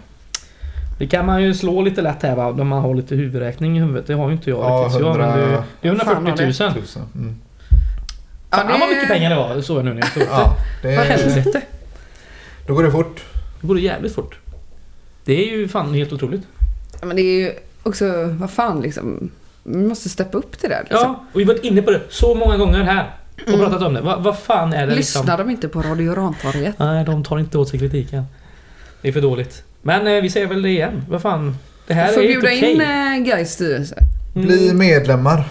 Det kan man ju slå lite lätt här va, om man har lite huvudräkning i huvudet. Det har ju inte jag Ja, riktigt. Så jag, men det, det är Fan, har 140 000. det. Fan, Tusen. Mm. vad mycket pengar det var, såg jag nu när jag såg det. Ja, det Vad är, helvete. då går det fort. Det går jävligt fort. Det är ju fan helt otroligt. Ja, Men det är ju också, vad fan liksom. Vi måste steppa upp till det. där, Liksom. Ja, Alltså, och vi har varit inne på det så många gånger här. Och pratat om det. Va- Vad fan är det liksom? Lyssnar de inte på Radio Rantorget? Nej, de tar inte åt sig kritiken. Det är för dåligt. Men eh, vi säger väl det igen. Vad fan. Det här är ju inte Förbjuda okej. Mm. in eh, okay. Gais styrelse. Bli medlemmar.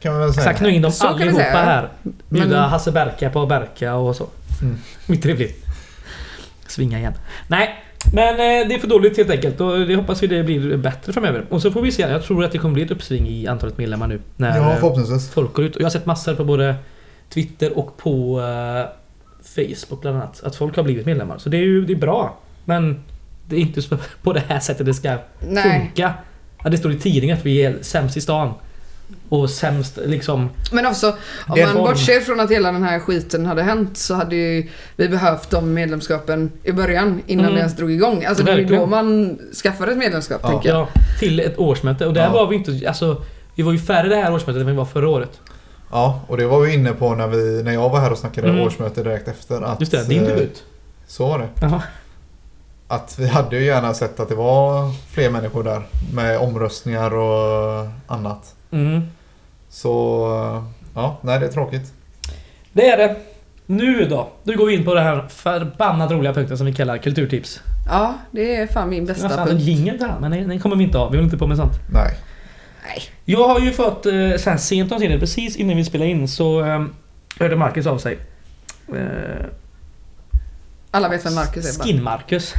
Kan man väl säga. Exakt, knö in dem Så kan vi allihopa säga. här. Bjuda Men- Hasse Berka på Berka och så. [LAUGHS] Mm. Mycket trevligt. Svinga igen. Nej, men eh, det är för dåligt helt enkelt och det hoppas vi det blir bättre framöver. Och så får vi se. Jag tror att det kommer bli ett uppsving i antalet medlemmar nu. När Ja, eh, förhoppningsvis. folk går ut. Och jag har sett massor på både Twitter och på eh, Facebook bland annat. Att folk har blivit medlemmar. Så det är ju det är bra. Men det är inte så- [LAUGHS] på det här sättet det ska Nej. funka. Ja, det står i tidningen att vi är sämst i stan. Och sämst liksom... Men också, om Det är man form. bortser från att hela den här skiten hade hänt så hade ju vi behövt de medlemskapen i början innan Mm. vi ens drog igång. Alltså det är ju då Verkligen. man skaffar ett medlemskap Ja. tänker jag. Ja, till ett årsmöte. Och där Ja. var vi inte... Alltså, vi var ju färre det här årsmötet än vi var förra året. Ja, och det var vi inne på när, vi, när jag var här och snackade Mm. årsmöte direkt efter. Att, Just det, din eh, debut. Så var det. Jaha. Att vi hade ju gärna sett att det var fler människor där med omröstningar och annat. Mm. Så ja, nej det är tråkigt. Det är det. Nu då? Nu går vi in på den här förbannat roliga punkten som vi kallar kulturtips. Ja, det är fan min Jag bästa har en punkt. jingel där, men den- den kommer vi inte ha. Vi håller inte på med sånt. Nej. Nej. Jag har ju fått, eh, sen sent omsider, precis innan vi spelade in så eh, hörde Marcus av sig. Eh, Alla vet vem Marcus är bara. Skin-Marcus.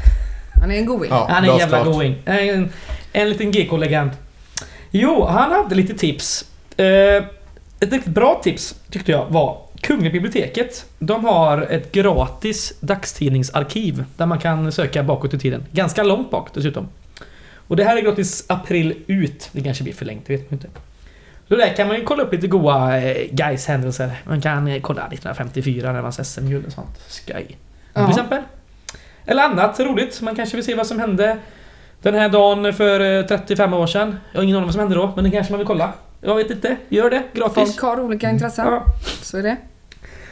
Han är en going. Ja, Han är en jävla glasklart. going. En, en liten GK-legend. Jo, han hade lite tips. Eh, ett riktigt bra tips tyckte jag var Kungliga biblioteket. De har ett gratis dagstidningsarkiv där man kan söka bakåt i tiden. Ganska långt bak dessutom. Och det här är gratis april ut. Det kanske blir förlängt, det vet man inte. Så där kan man ju kolla upp lite goa eh, guys händelser Man kan eh, kolla 1954 när det var SM-guld och sånt. Skoj. Ja. Till exempel. Eller annat roligt. Man kanske vill se vad som hände den här dagen för eh, 35 år sedan. Jag har ingen aning om vad som hände då, men det kanske man vill kolla. Jag vet inte. Gör det. Gratis. Folk har olika intressen. Mm. Ja. Så är det.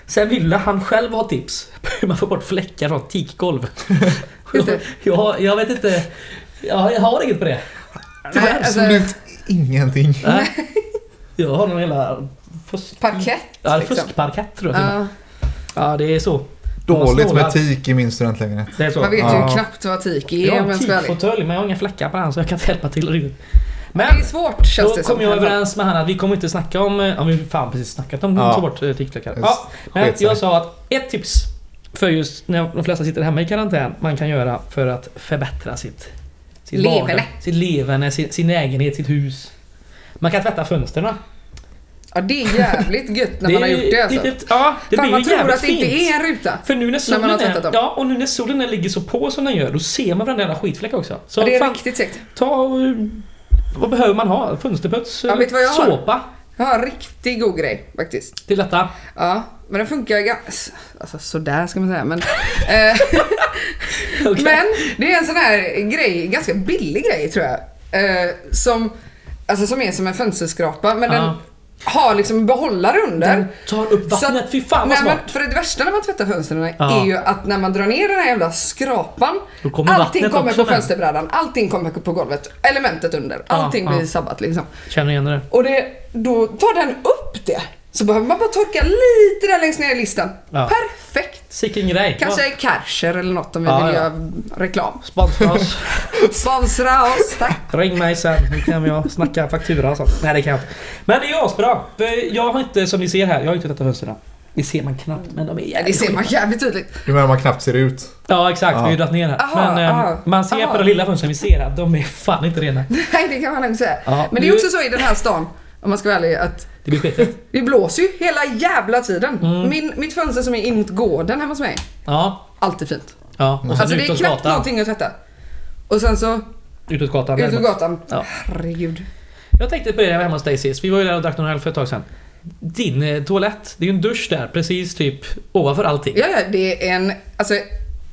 Sen ville han själv ha tips på hur man får bort fläckar från teakgolv. [LAUGHS] Just det. jag, jag vet inte. Jag, jag har inget på [LAUGHS] det. Nej, alltså, Absolut ingenting. Nej. Jag har någon hela... Fusk, parkett ja, liksom. fuskparkett tror jag till och med. Ja, Ja, det är så. Dåligt snålar. med tik i min studentlägenhet. Det är så. man vet ju Ja. knappt vad tik är Jag om har en jag ska vara ärlig. teakfåtölj men jag har inga fläckar på den så jag kan inte hjälpa till riktigt. Men Det är svårt känns då det som. kom i jag alla fall. överens med han att vi kommer inte snacka om... eh, Ja, vi har fan precis snackat om Ja. att ta bort eh, TikTokare. Det Ja, men sket sig. jag sa att ett tips för just när de flesta sitter hemma i karantän man kan göra för att förbättra sitt... sitt Leverne. vardag, Sitt leverne, sin, sin lägenhet, sitt hus. Man kan tvätta fönstren. va? Ja, det är jävligt gött när Det man har är gjort det alltså. litet- Ja, det Fan, blir man ju tror jävligt att det inte fint. är en ruta. För nu när När man har solen, är, tvättat dem. ja, och nu när solen ligger så på som den gör, då ser man varenda jävla skitfläck också. Så Ja, det är fan, riktigt segt. ta och... eh, Vad behöver man ha? Fönsterputs? eh, Ja, vet du vad jag har? såpa? Jag har en riktigt god grej faktiskt. Till detta. Ja, men den funkar ganska... Alltså sådär ska man säga men... eh, [LAUGHS] Okej. Men det är en sån här grej, ganska billig grej tror jag. Eh, som, alltså, som är som en fönsterskrapa men den Ja. har liksom en behållare under. Den tar upp Så att- vattnet, fy fan vad nej, men smart! För det värsta när man tvättar fönstren Ja. är ju att när man drar ner den här jävla skrapan Då kommer Allting vattnet kommer också på med. fönsterbrädan, allting kommer på golvet, elementet under, allting ja. blir sabbat liksom. Känner igen det. Och det, då tar den upp det. Så behöver man bara torka lite där längst ner i listan. Ja. Perfekt! Sicken grej. Kanske Kärcher eller något om vi Ja, vill ja. göra reklam. Sponsra oss. Sponsra oss, tack. Ring mig sen, nu kan jag snacka faktura och sånt. Nej det kan jag inte. Men det är asbra. För Jag har inte, som ni ser här, jag har inte tvättat fönstren. Det ser man knappt, men de är Ja, det jävligt ser man jävligt tydligt. [LAUGHS] Du menar man knappt ser ut? Ja exakt, vi har ju Ja. dragit ner här. Aha, men ehm, aha, man ser aha. på de lilla fönstren vi ser här, de är fan inte rena. Nej, det kan man nog säga. Ja, Men det är nu- också så i den här stan, om man ska vara ärlig, att Det blir skitigt. det blåser ju hela jävla tiden. Mm. Min, mitt fönster som är in mot gården hemma hos mig, Ja, alltid fint. ja. Och sen Alltså det är utåt knappt gatan. någonting att tvätta. Och sen så, Utåt gatan. ut på däremot. gatan. Ja. Herregud. Jag tänkte på det när jag var hemma hos dig sist. Vi var ju där och drack någon öl för ett tag sedan. Din eh, toalett, det är ju en dusch där precis typ ovanför allting. Ja, ja, det är en, alltså,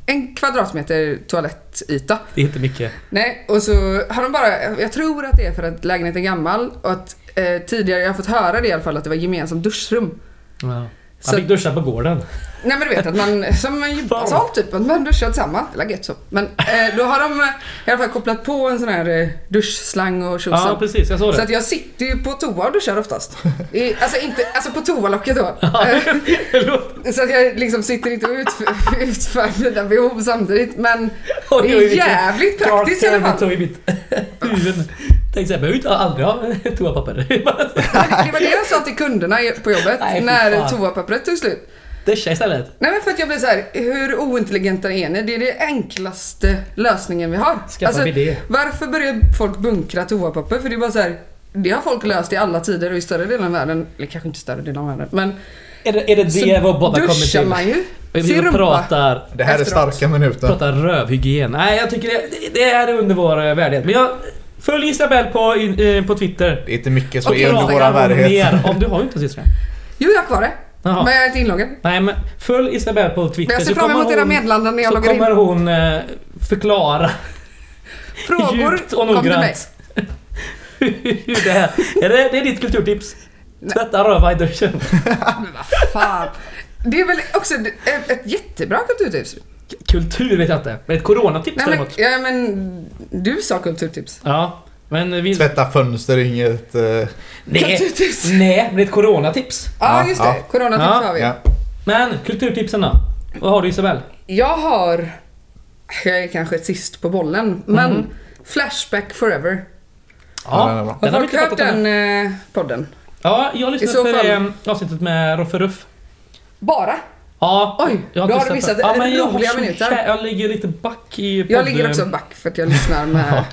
en kvadratmeter toalettyta. Det är inte mycket. Nej, och så har de bara, jag tror att det är för att lägenheten är gammal och att eh, tidigare, jag har fått höra det i alla fall, att det var gemensamt duschrum. Ja. Man Så- fick duscha på gården. Nej men du vet att man, som en gympasal typ, att man duschar tillsammans. Det är gött så. Men eh, då har de eh, i alla fall kopplat på en sån här eh, duschslang och tjosan. Ja precis, jag såg [LAUGHS] så det. att jag sitter ju på toa och duschar oftast. I, alltså inte, alltså på toalocket då. Eh, Förlåt. så att jag liksom sitter inte och utför, [LAUGHS] utför mina behov samtidigt. Men Oj, det oj, är vilken jävligt praktiskt i alla dark fall. tog i mitt [LAUGHS] huvud. Tänkte såhär, jag behöver inte aldrig ha eh, toapapper. [LAUGHS] Det var det jag sa till kunderna i- på jobbet Nej, fy när fan. toapappret tog slut. Duscha istället. Nej men för att jag blir så här, hur ointelligenta är ni? Det är det enklaste lösningen vi har. Alltså, Skaffa bidé. Varför börjar folk bunkra toapapper? För det är bara så här, det har folk löst i alla tider och i större delen av världen. Eller kanske inte större delen av världen, men Är det, är det det vår båda kommer duschar till? man ju. Vi Sin sitter och rumpa. pratar, Det här Efteråt. är starka minuter. pratar rövhygien. Nej, jag tycker det, det är under vår eh, värdighet. Men jag... Följ Isabel på, in- eh, på Twitter. Det är inte mycket som Okej, är under Instagram våran och värdighet. mer. Om du har ju inte ens Instagram. Jo, jag har kvar det. Jaha. Men jag är inte inloggad. Nej men följ Isabel på Twitter. Men jag ser så fram kommer emot era hon- meddelanden när jag Så loggar in. kommer hon eh, förklara [LAUGHS] Frågor djupt och kom till mig. noggrant. hur det är. är det, det är ditt kulturtips. Tvätta röva i duschen. Men vad fan. Det är väl också ett, ett jättebra kulturtips? Kultur vet jag inte. Men ett coronatips Nej men, däremot. ja, men du sa kulturtips. Ja. Men vi... Tvätta fönster är inget... eh, Nej, Kulturtips. nej, men det är ett coronatips. Ja, Ja, just det. ja. Coronatips Ja. har vi. ja. Men kulturtipsen då? Vad har du Isabel? Jag har... Jag är kanske sist på bollen, men Mhm. Flashback Forever. Ja, den är bra. Har folk inte hört pratat om. den eh, podden? Ja, jag I så lyssnade på fall- det eh, avsnittet med Roffe Ruff. Bara? Ja, Oj, inte då har du sett missat det. ja, en men jag har roliga så minuter. kä- Jag ligger lite back i Jag podden. ligger också back för att jag [LAUGHS] lyssnar med...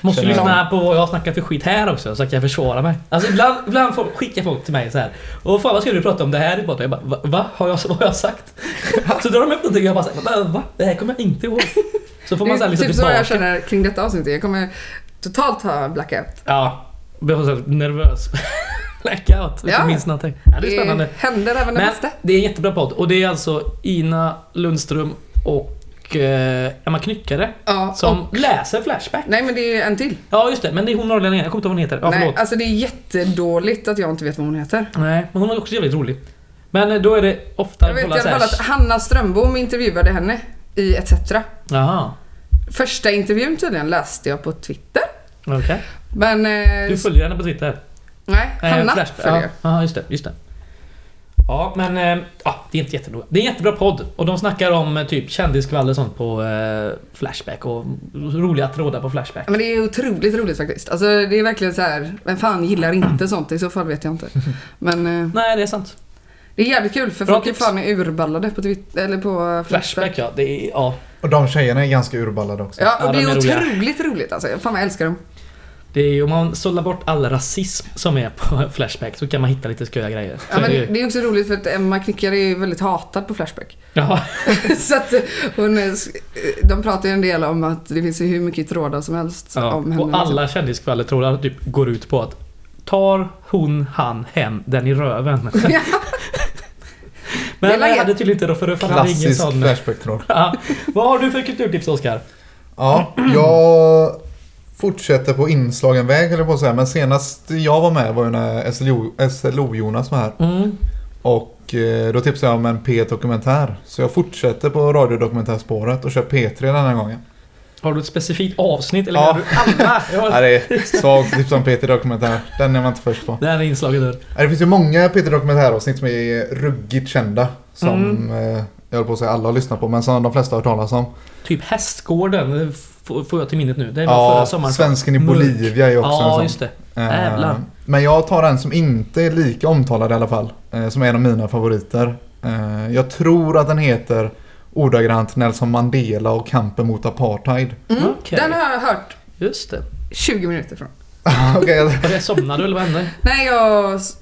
Måste Känner jag. lyssna på vad jag snackar för skit här också så jag kan försvara mig. Alltså ibland, ibland får, skickar folk till mig så här. Och fan vad ska du prata om det här i podden? Jag bara va? va? Har, jag, vad har jag [LAUGHS] sagt? så drar de upp någonting och jag bara så här, va? Det här kommer jag inte ihåg. Så får man Det såhär är lyssna typ så tillbaka. jag känner kring detta avsnittet. Jag kommer totalt ha blackout. Ja. Jag blir så här nervös. [LAUGHS] Blackout. Jag Ja. inte minns någonting. Ja, det är spännande. händer även det Men bästa. det är en jättebra podd och det är alltså Ina Lundström och eh, Emma Knyckare Ja, som och, läser Flashback. nej men det är en till. Ja just det, men det är hon norrlänningen. Jag kommer inte ihåg vad hon heter. Ja, nej, förlåt. alltså det är jättedåligt att jag inte vet vad hon heter. Nej, men hon är också jävligt rolig. Men eh, då är det ofta Jag vet i kolla alla så här- fall att Hanna Strömbom intervjuade henne i ETC. Jaha, Första intervjun tydligen läste jag på Twitter. okej. Men... eh, Du följer henne på Twitter? Nej, Eh, Hanna Flashback. följer jag. Ja, ja, just det, just det. Ja, men eh, ja, det är inte jättenoga. Det är en jättebra podd och de snackar om eh, typ kändiskvaller och sånt på eh, Flashback och roliga trådar på Flashback. Men det är otroligt roligt faktiskt. Alltså det är verkligen så här, vem fan gillar inte sånt? I så fall vet jag inte. Men eh, Nej, det är sant. det är jävligt kul för Bra folk är tips. fan urballade på Twitter, eller på Flashback. Flashback ja, det är, ja. Och de tjejerna är ganska urballade också. Ja, Ja, och det de är är roliga. otroligt roligt alltså. Fan vad jag älskar dem. Det är ju, om man sållar bort all rasism som är på [LAUGHS] Flashback så kan man hitta lite sköna grejer. Så Ja, men är det ju, det är också roligt för att Emma Knickare är ju väldigt hatad på Flashback. [LAUGHS] ja, så att hon är, de pratar ju en del om att det finns ju hur mycket trådar som helst ja. Alltså, om henne. liksom- Och alla kändiskvallertrådar typ går ut på att tar hon, han, hen den i [LAUGHS] röven. [LAUGHS] Ja, Det Men är jag läget. hade tydligen inte då för han hade ingen Klassisk sån. Flashback-tråd. [LAUGHS] Ja. Vad har du för kulturtips Oskar? Ja, jag fortsätter på inslagen väg eller på att säga. Men senast jag var med var ju när SLO, SLO-Jonas var här. Mm. Och eh, då tipsade jag om en P1-dokumentär. Så jag fortsätter på radiodokumentärspåret och kör P3 den här gången. Har du ett specifikt avsnitt eller Ja. menar du [LAUGHS] alla? Ja. Ja, det är svagt tips om Peter Dokumentär. Den är man inte först på. Det här är inslaget där. Ja, Det finns ju många Peter Dokumentäravsnitt som är ruggigt kända. Som Mm. eh, jag höll på att säga alla har lyssnat på men som de flesta har hört talas om. Typ Hästgården det f- får jag till minnet nu. Det var förra Ja, sommaren. Svensken i Mörk. Bolivia är också en Ja, sån. just det. Eh, Jävlar. Men jag tar en som inte är lika omtalad i alla fall. eh, Som är en av mina favoriter. Eh, Jag tror att den heter ordagrant Nelson Mandela och kampen mot apartheid. Mm. Okej. Den har jag hört Just det. 20 minuter från. [LAUGHS] Okej, Var det somnade du eller vad hände? Nej, jag s-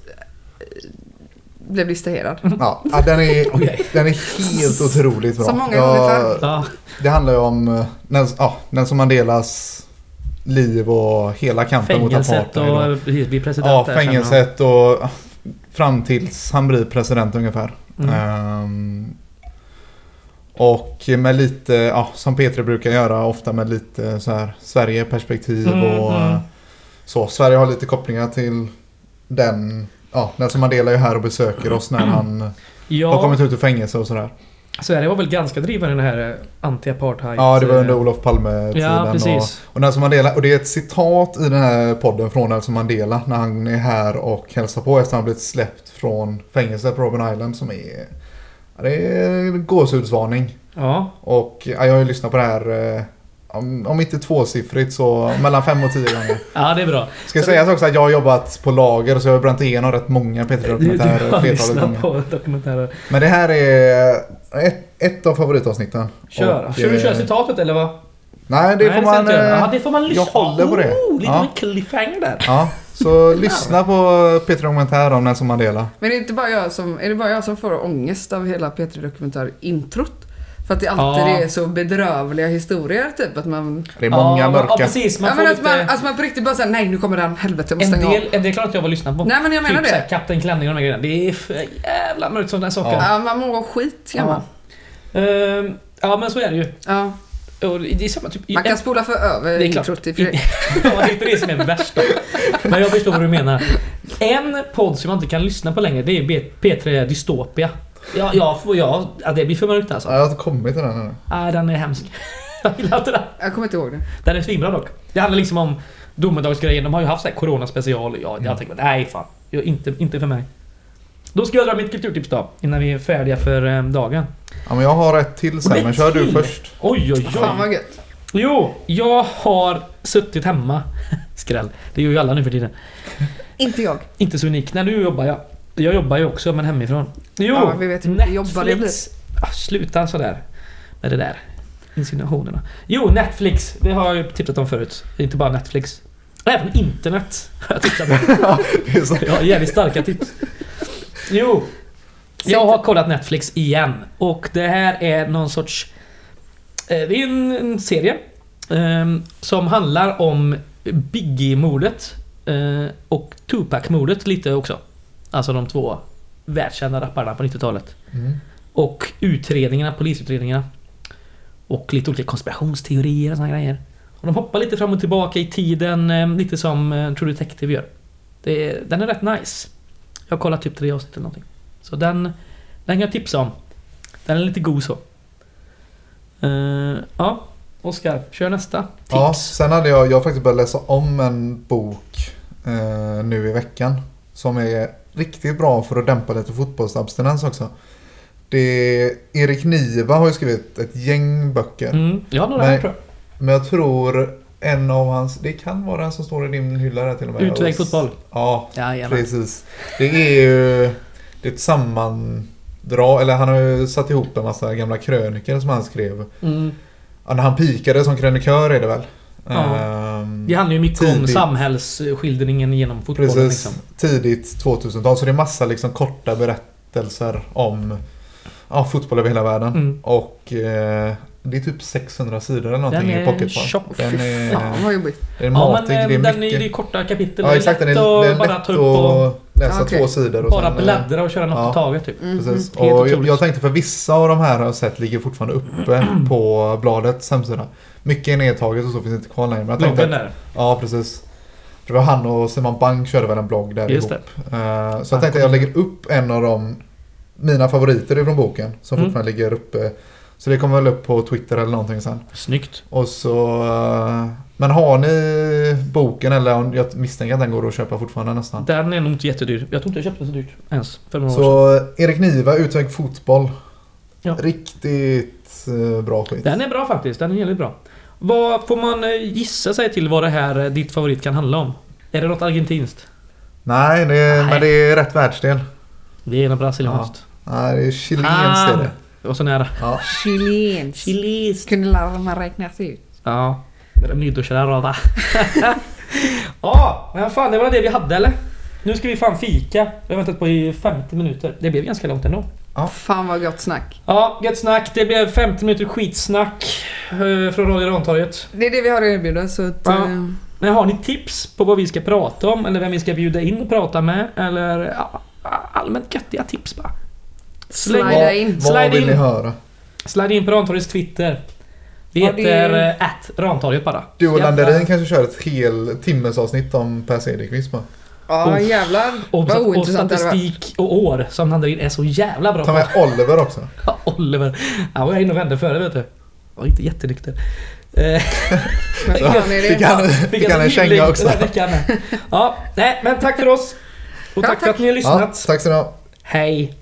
blev distraherad. Mm. ja, ja, den, är, Okej. den är helt otroligt bra. Som många Jag- gånger förr. Ja. Det handlar ju om eh, Nelson, ja, Nelson Mandelas liv och hela kampen mot Fängelset apartheid. och eh, precis, bli president Ja, där sen, fängelset och ah, fram tills han blir president ungefär. Mm. Ehm, och med lite, ja, som Petri brukar göra ofta med lite så här Sverige-perspektiv Mm, och mm. så. Sverige har lite kopplingar till den, ja, Nelson Mandela är ju här och besöker oss när han har Mm. Ja, kommit ut ur fängelse och sådär. Sverige var väl ganska drivande i den här eh, anti-apartheid... Ja, det var under eh, Olof Palme-tiden. Ja, och, precis. Och, Nelson Mandela, och det är ett citat i den här podden från Nelson Mandela när han är här och hälsar på efter han blivit släppt från fängelset på Robben Island som är... ja, Det är en gåshudsvarning. Ja. Och ja, jag har ju lyssnat på det här eh, om om inte tvåsiffrigt så mellan fem och tio gånger. ja, det är bra. Ska jag säga också att jag har jobbat på lager så jag har bränt igenom rätt många Peter Du, du Dokumentärer har flertalet lyssnat på gånger. dokumentärer. Men det här är ett, ett av favoritavsnitten. Kör. Och, Ska du eh, köra citatet eller vad? Nej, Nej, det får ska jag man... inte göra. eh, Ja, det får man lyssna jag håller på det. Oh, lite Ja. av en cliffhanger där. Ja, [LAUGHS] så lyssna på Peter Dokumentär om Nelson Mandela. Men det är, inte bara jag som, är det bara jag som får ångest av hela p Dokumentär-introt? För att det alltid Ja. är så bedrövliga historier, typ att man... Det är många ja, mörka. Ja, precis. Man ja, får men att, lite... man alltså man på riktigt bara säger nej nu kommer den, helvete jag måste en, stänga del, av. en del klarar inte jag av att lyssna på. Nej men jag menar typ såhär det. Kapten Klänning och de här grejerna. Det är för jävla mörkt sådana här saker. Ja. Ja. Ja, man mår skit gör man. Ehm, ja men så är det ju. Ja. Och det är samma typ... Man kan spola för över Det är klart. introt i och för I- sig. [LAUGHS] ja, det är inte det som är värst då. Men jag förstår vad du menar. En podd som jag inte kan lyssna på längre det är B- P3 Dystopia. Ja, jag, får- jag, ja, det blir för mörkt alltså. Ja, jag har inte kommit till den ännu. Nej, den är hemsk. [LAUGHS] Jag gillar inte den. Jag kommer inte ihåg det. Den är svinbra dock. Det handlar liksom om domedagsgrejen. De har ju haft så här coronaspecial. Jag, jag tänker nej fan. Jag, inte, inte för mig. Då ska jag dra mitt kulturtips då. Innan vi är färdiga för eh, dagen. Ja, men jag har ett till Och det sen, men kör du till. först. [LAUGHS] Oj, oj, Fan oj. vad gött. Jo, jag har suttit hemma. [LAUGHS] Skräll. Det gör ju alla nu för tiden. Inte jag. Inte så unik. Nej, nu jobbar jag. Jag jobbar ju också, men hemifrån. Jo! Ja, vi vet hur mycket jobbar det blir. Ah, sluta sådär. Med det där. Insinuationerna. Jo, Netflix. Det har jag ju tipsat om förut. Inte bara Netflix. Även internet har jag tipsat om. Det är så- Jag har jävligt starka tips. Jo. Jag har kollat Netflix igen. Och det här är någon sorts... eh, Det är en, en serie. ehm, Som handlar om Biggie-mordet. eh, Och Tupac-mordet lite också. Alltså de två världskända rapparna på 90-talet. Mm. Och utredningarna, polisutredningarna. Och lite olika konspirationsteorier och såna grejer. Och de hoppar lite fram och tillbaka i tiden, eh, lite som eh, True Detective gör. Det är, den är rätt nice. Jag har kollat typ tre avsnitt eller någonting. Så den, den kan jag tipsa om. Den är lite god så. Eh, ja, Oskar, kör nästa. Tips. Ja, sen hade jag, jag har faktiskt börjat läsa om en bok eh, nu i veckan. Som är riktigt bra för att dämpa lite fotbollsabstinens också. Det, Erik Niva har ju skrivit ett gäng böcker. Mm, jag har några Nej, här tror Men jag tror en av hans, det kan vara den som står i din hylla där till och med. Utväg fotboll. Ja, jag. Jajamän. Precis. Det är ju det är ett sammandrag, eller han har ju satt ihop en massa gamla kröniker som han skrev. Mm. Ja, när han pikade som krönikör är det väl? Ja. Ehm, Det handlar ju mycket om Tidigt. samhällsskildringen genom fotbollen precis. liksom. Tidigt 2000-tal. Så det är massa liksom korta berättelser om ja, fotboll över hela världen. Mm. Och eh, det är typ 600 sidor eller någonting Den i är pocketform. tjock. Den är, Fan vad jobbigt. den är Ja matig, men eh, det är den är, mycket. det är korta kapitel. ja exakt, den är, lätt den att är bara lätt ta upp och att läsa Ja, okej. två sidor. Och bara sen, eh, bläddra och köra något ja. på taget typ. Mhm. Precis. Helt Och jag, otroligt. jag tänkte för vissa av de här har jag sett ligger [CLEARS THROAT] fortfarande uppe på bladets hemsida. Mycket är nedtaget och så finns inte kvar längre. Men jag tänkte Bloggen att, där. ja, precis. För det var han och Simon Bank körde väl en blogg där Just ihop. Eh, Så jag tänkte att jag lägger upp en av de mina favoriter ifrån boken som Mm. fortfarande ligger uppe. Så det kommer väl upp på Twitter eller någonting sen. Snyggt. Och så... eh, Men har ni boken eller om- jag misstänker att den går att köpa fortfarande nästan. Den är nog inte jättedyr. Jag tror inte jag köpte den så dyrt ens. För några år sedan. Så Erik Niva, Utväg Fotboll. Ja. Riktigt eh, bra skit. Den är bra faktiskt. Den är jävligt bra. Vad får man eh, gissa sig till vad det här eh, ditt favorit kan handla om? Är det något argentinskt? Nej, det, Nej. men det är rätt världsdel. Det är något brasilianskt. Nej, det är chilenskt är Ah, det. det var så nära. Ja. Chilens. Chiliskt. Kunde lära man räknas ut. Ja. Nydocharada. [LAUGHS] ja, men fan det var det vi hade eller? Nu ska vi fan fika. Vi har väntat på i 50 minuter. Det blev ganska långt ändå. Fan vad gott snack. Ja, gött snack. Det blev 50 minuter skitsnack eh, från Radio Rantorget. Det är det vi har att erbjuda så att... Ja. eh, Men har ni tips på vad vi ska prata om eller vem vi ska bjuda in och prata med? Eller ja, allmänt göttiga tips bara. Släng- slida in. Vad Slide vill in. ni höra? Slide in på Rantorgets Twitter. Vi Ja, det- heter det... Rantorget bara. Du och Jävla- Landerin kanske kör ett hel timmesavsnitt om Per Cederqvist bara. Ja Oh. jävlar Och, vad och ointressant det hade varit. statistik och år som Landerin är så jävla bra Ta på. med Oliver också. Ja, Oliver. Han var inne och vände före vet du. Var inte jättenykter. Eh, Men Så fan är Fick det? han, fick han en alltså känga hyllning också. den här veckan. Ja, nej men tack för oss. Och Ja, tack för tack. att ni har Ja, lyssnat. tack så ni ha. Hej.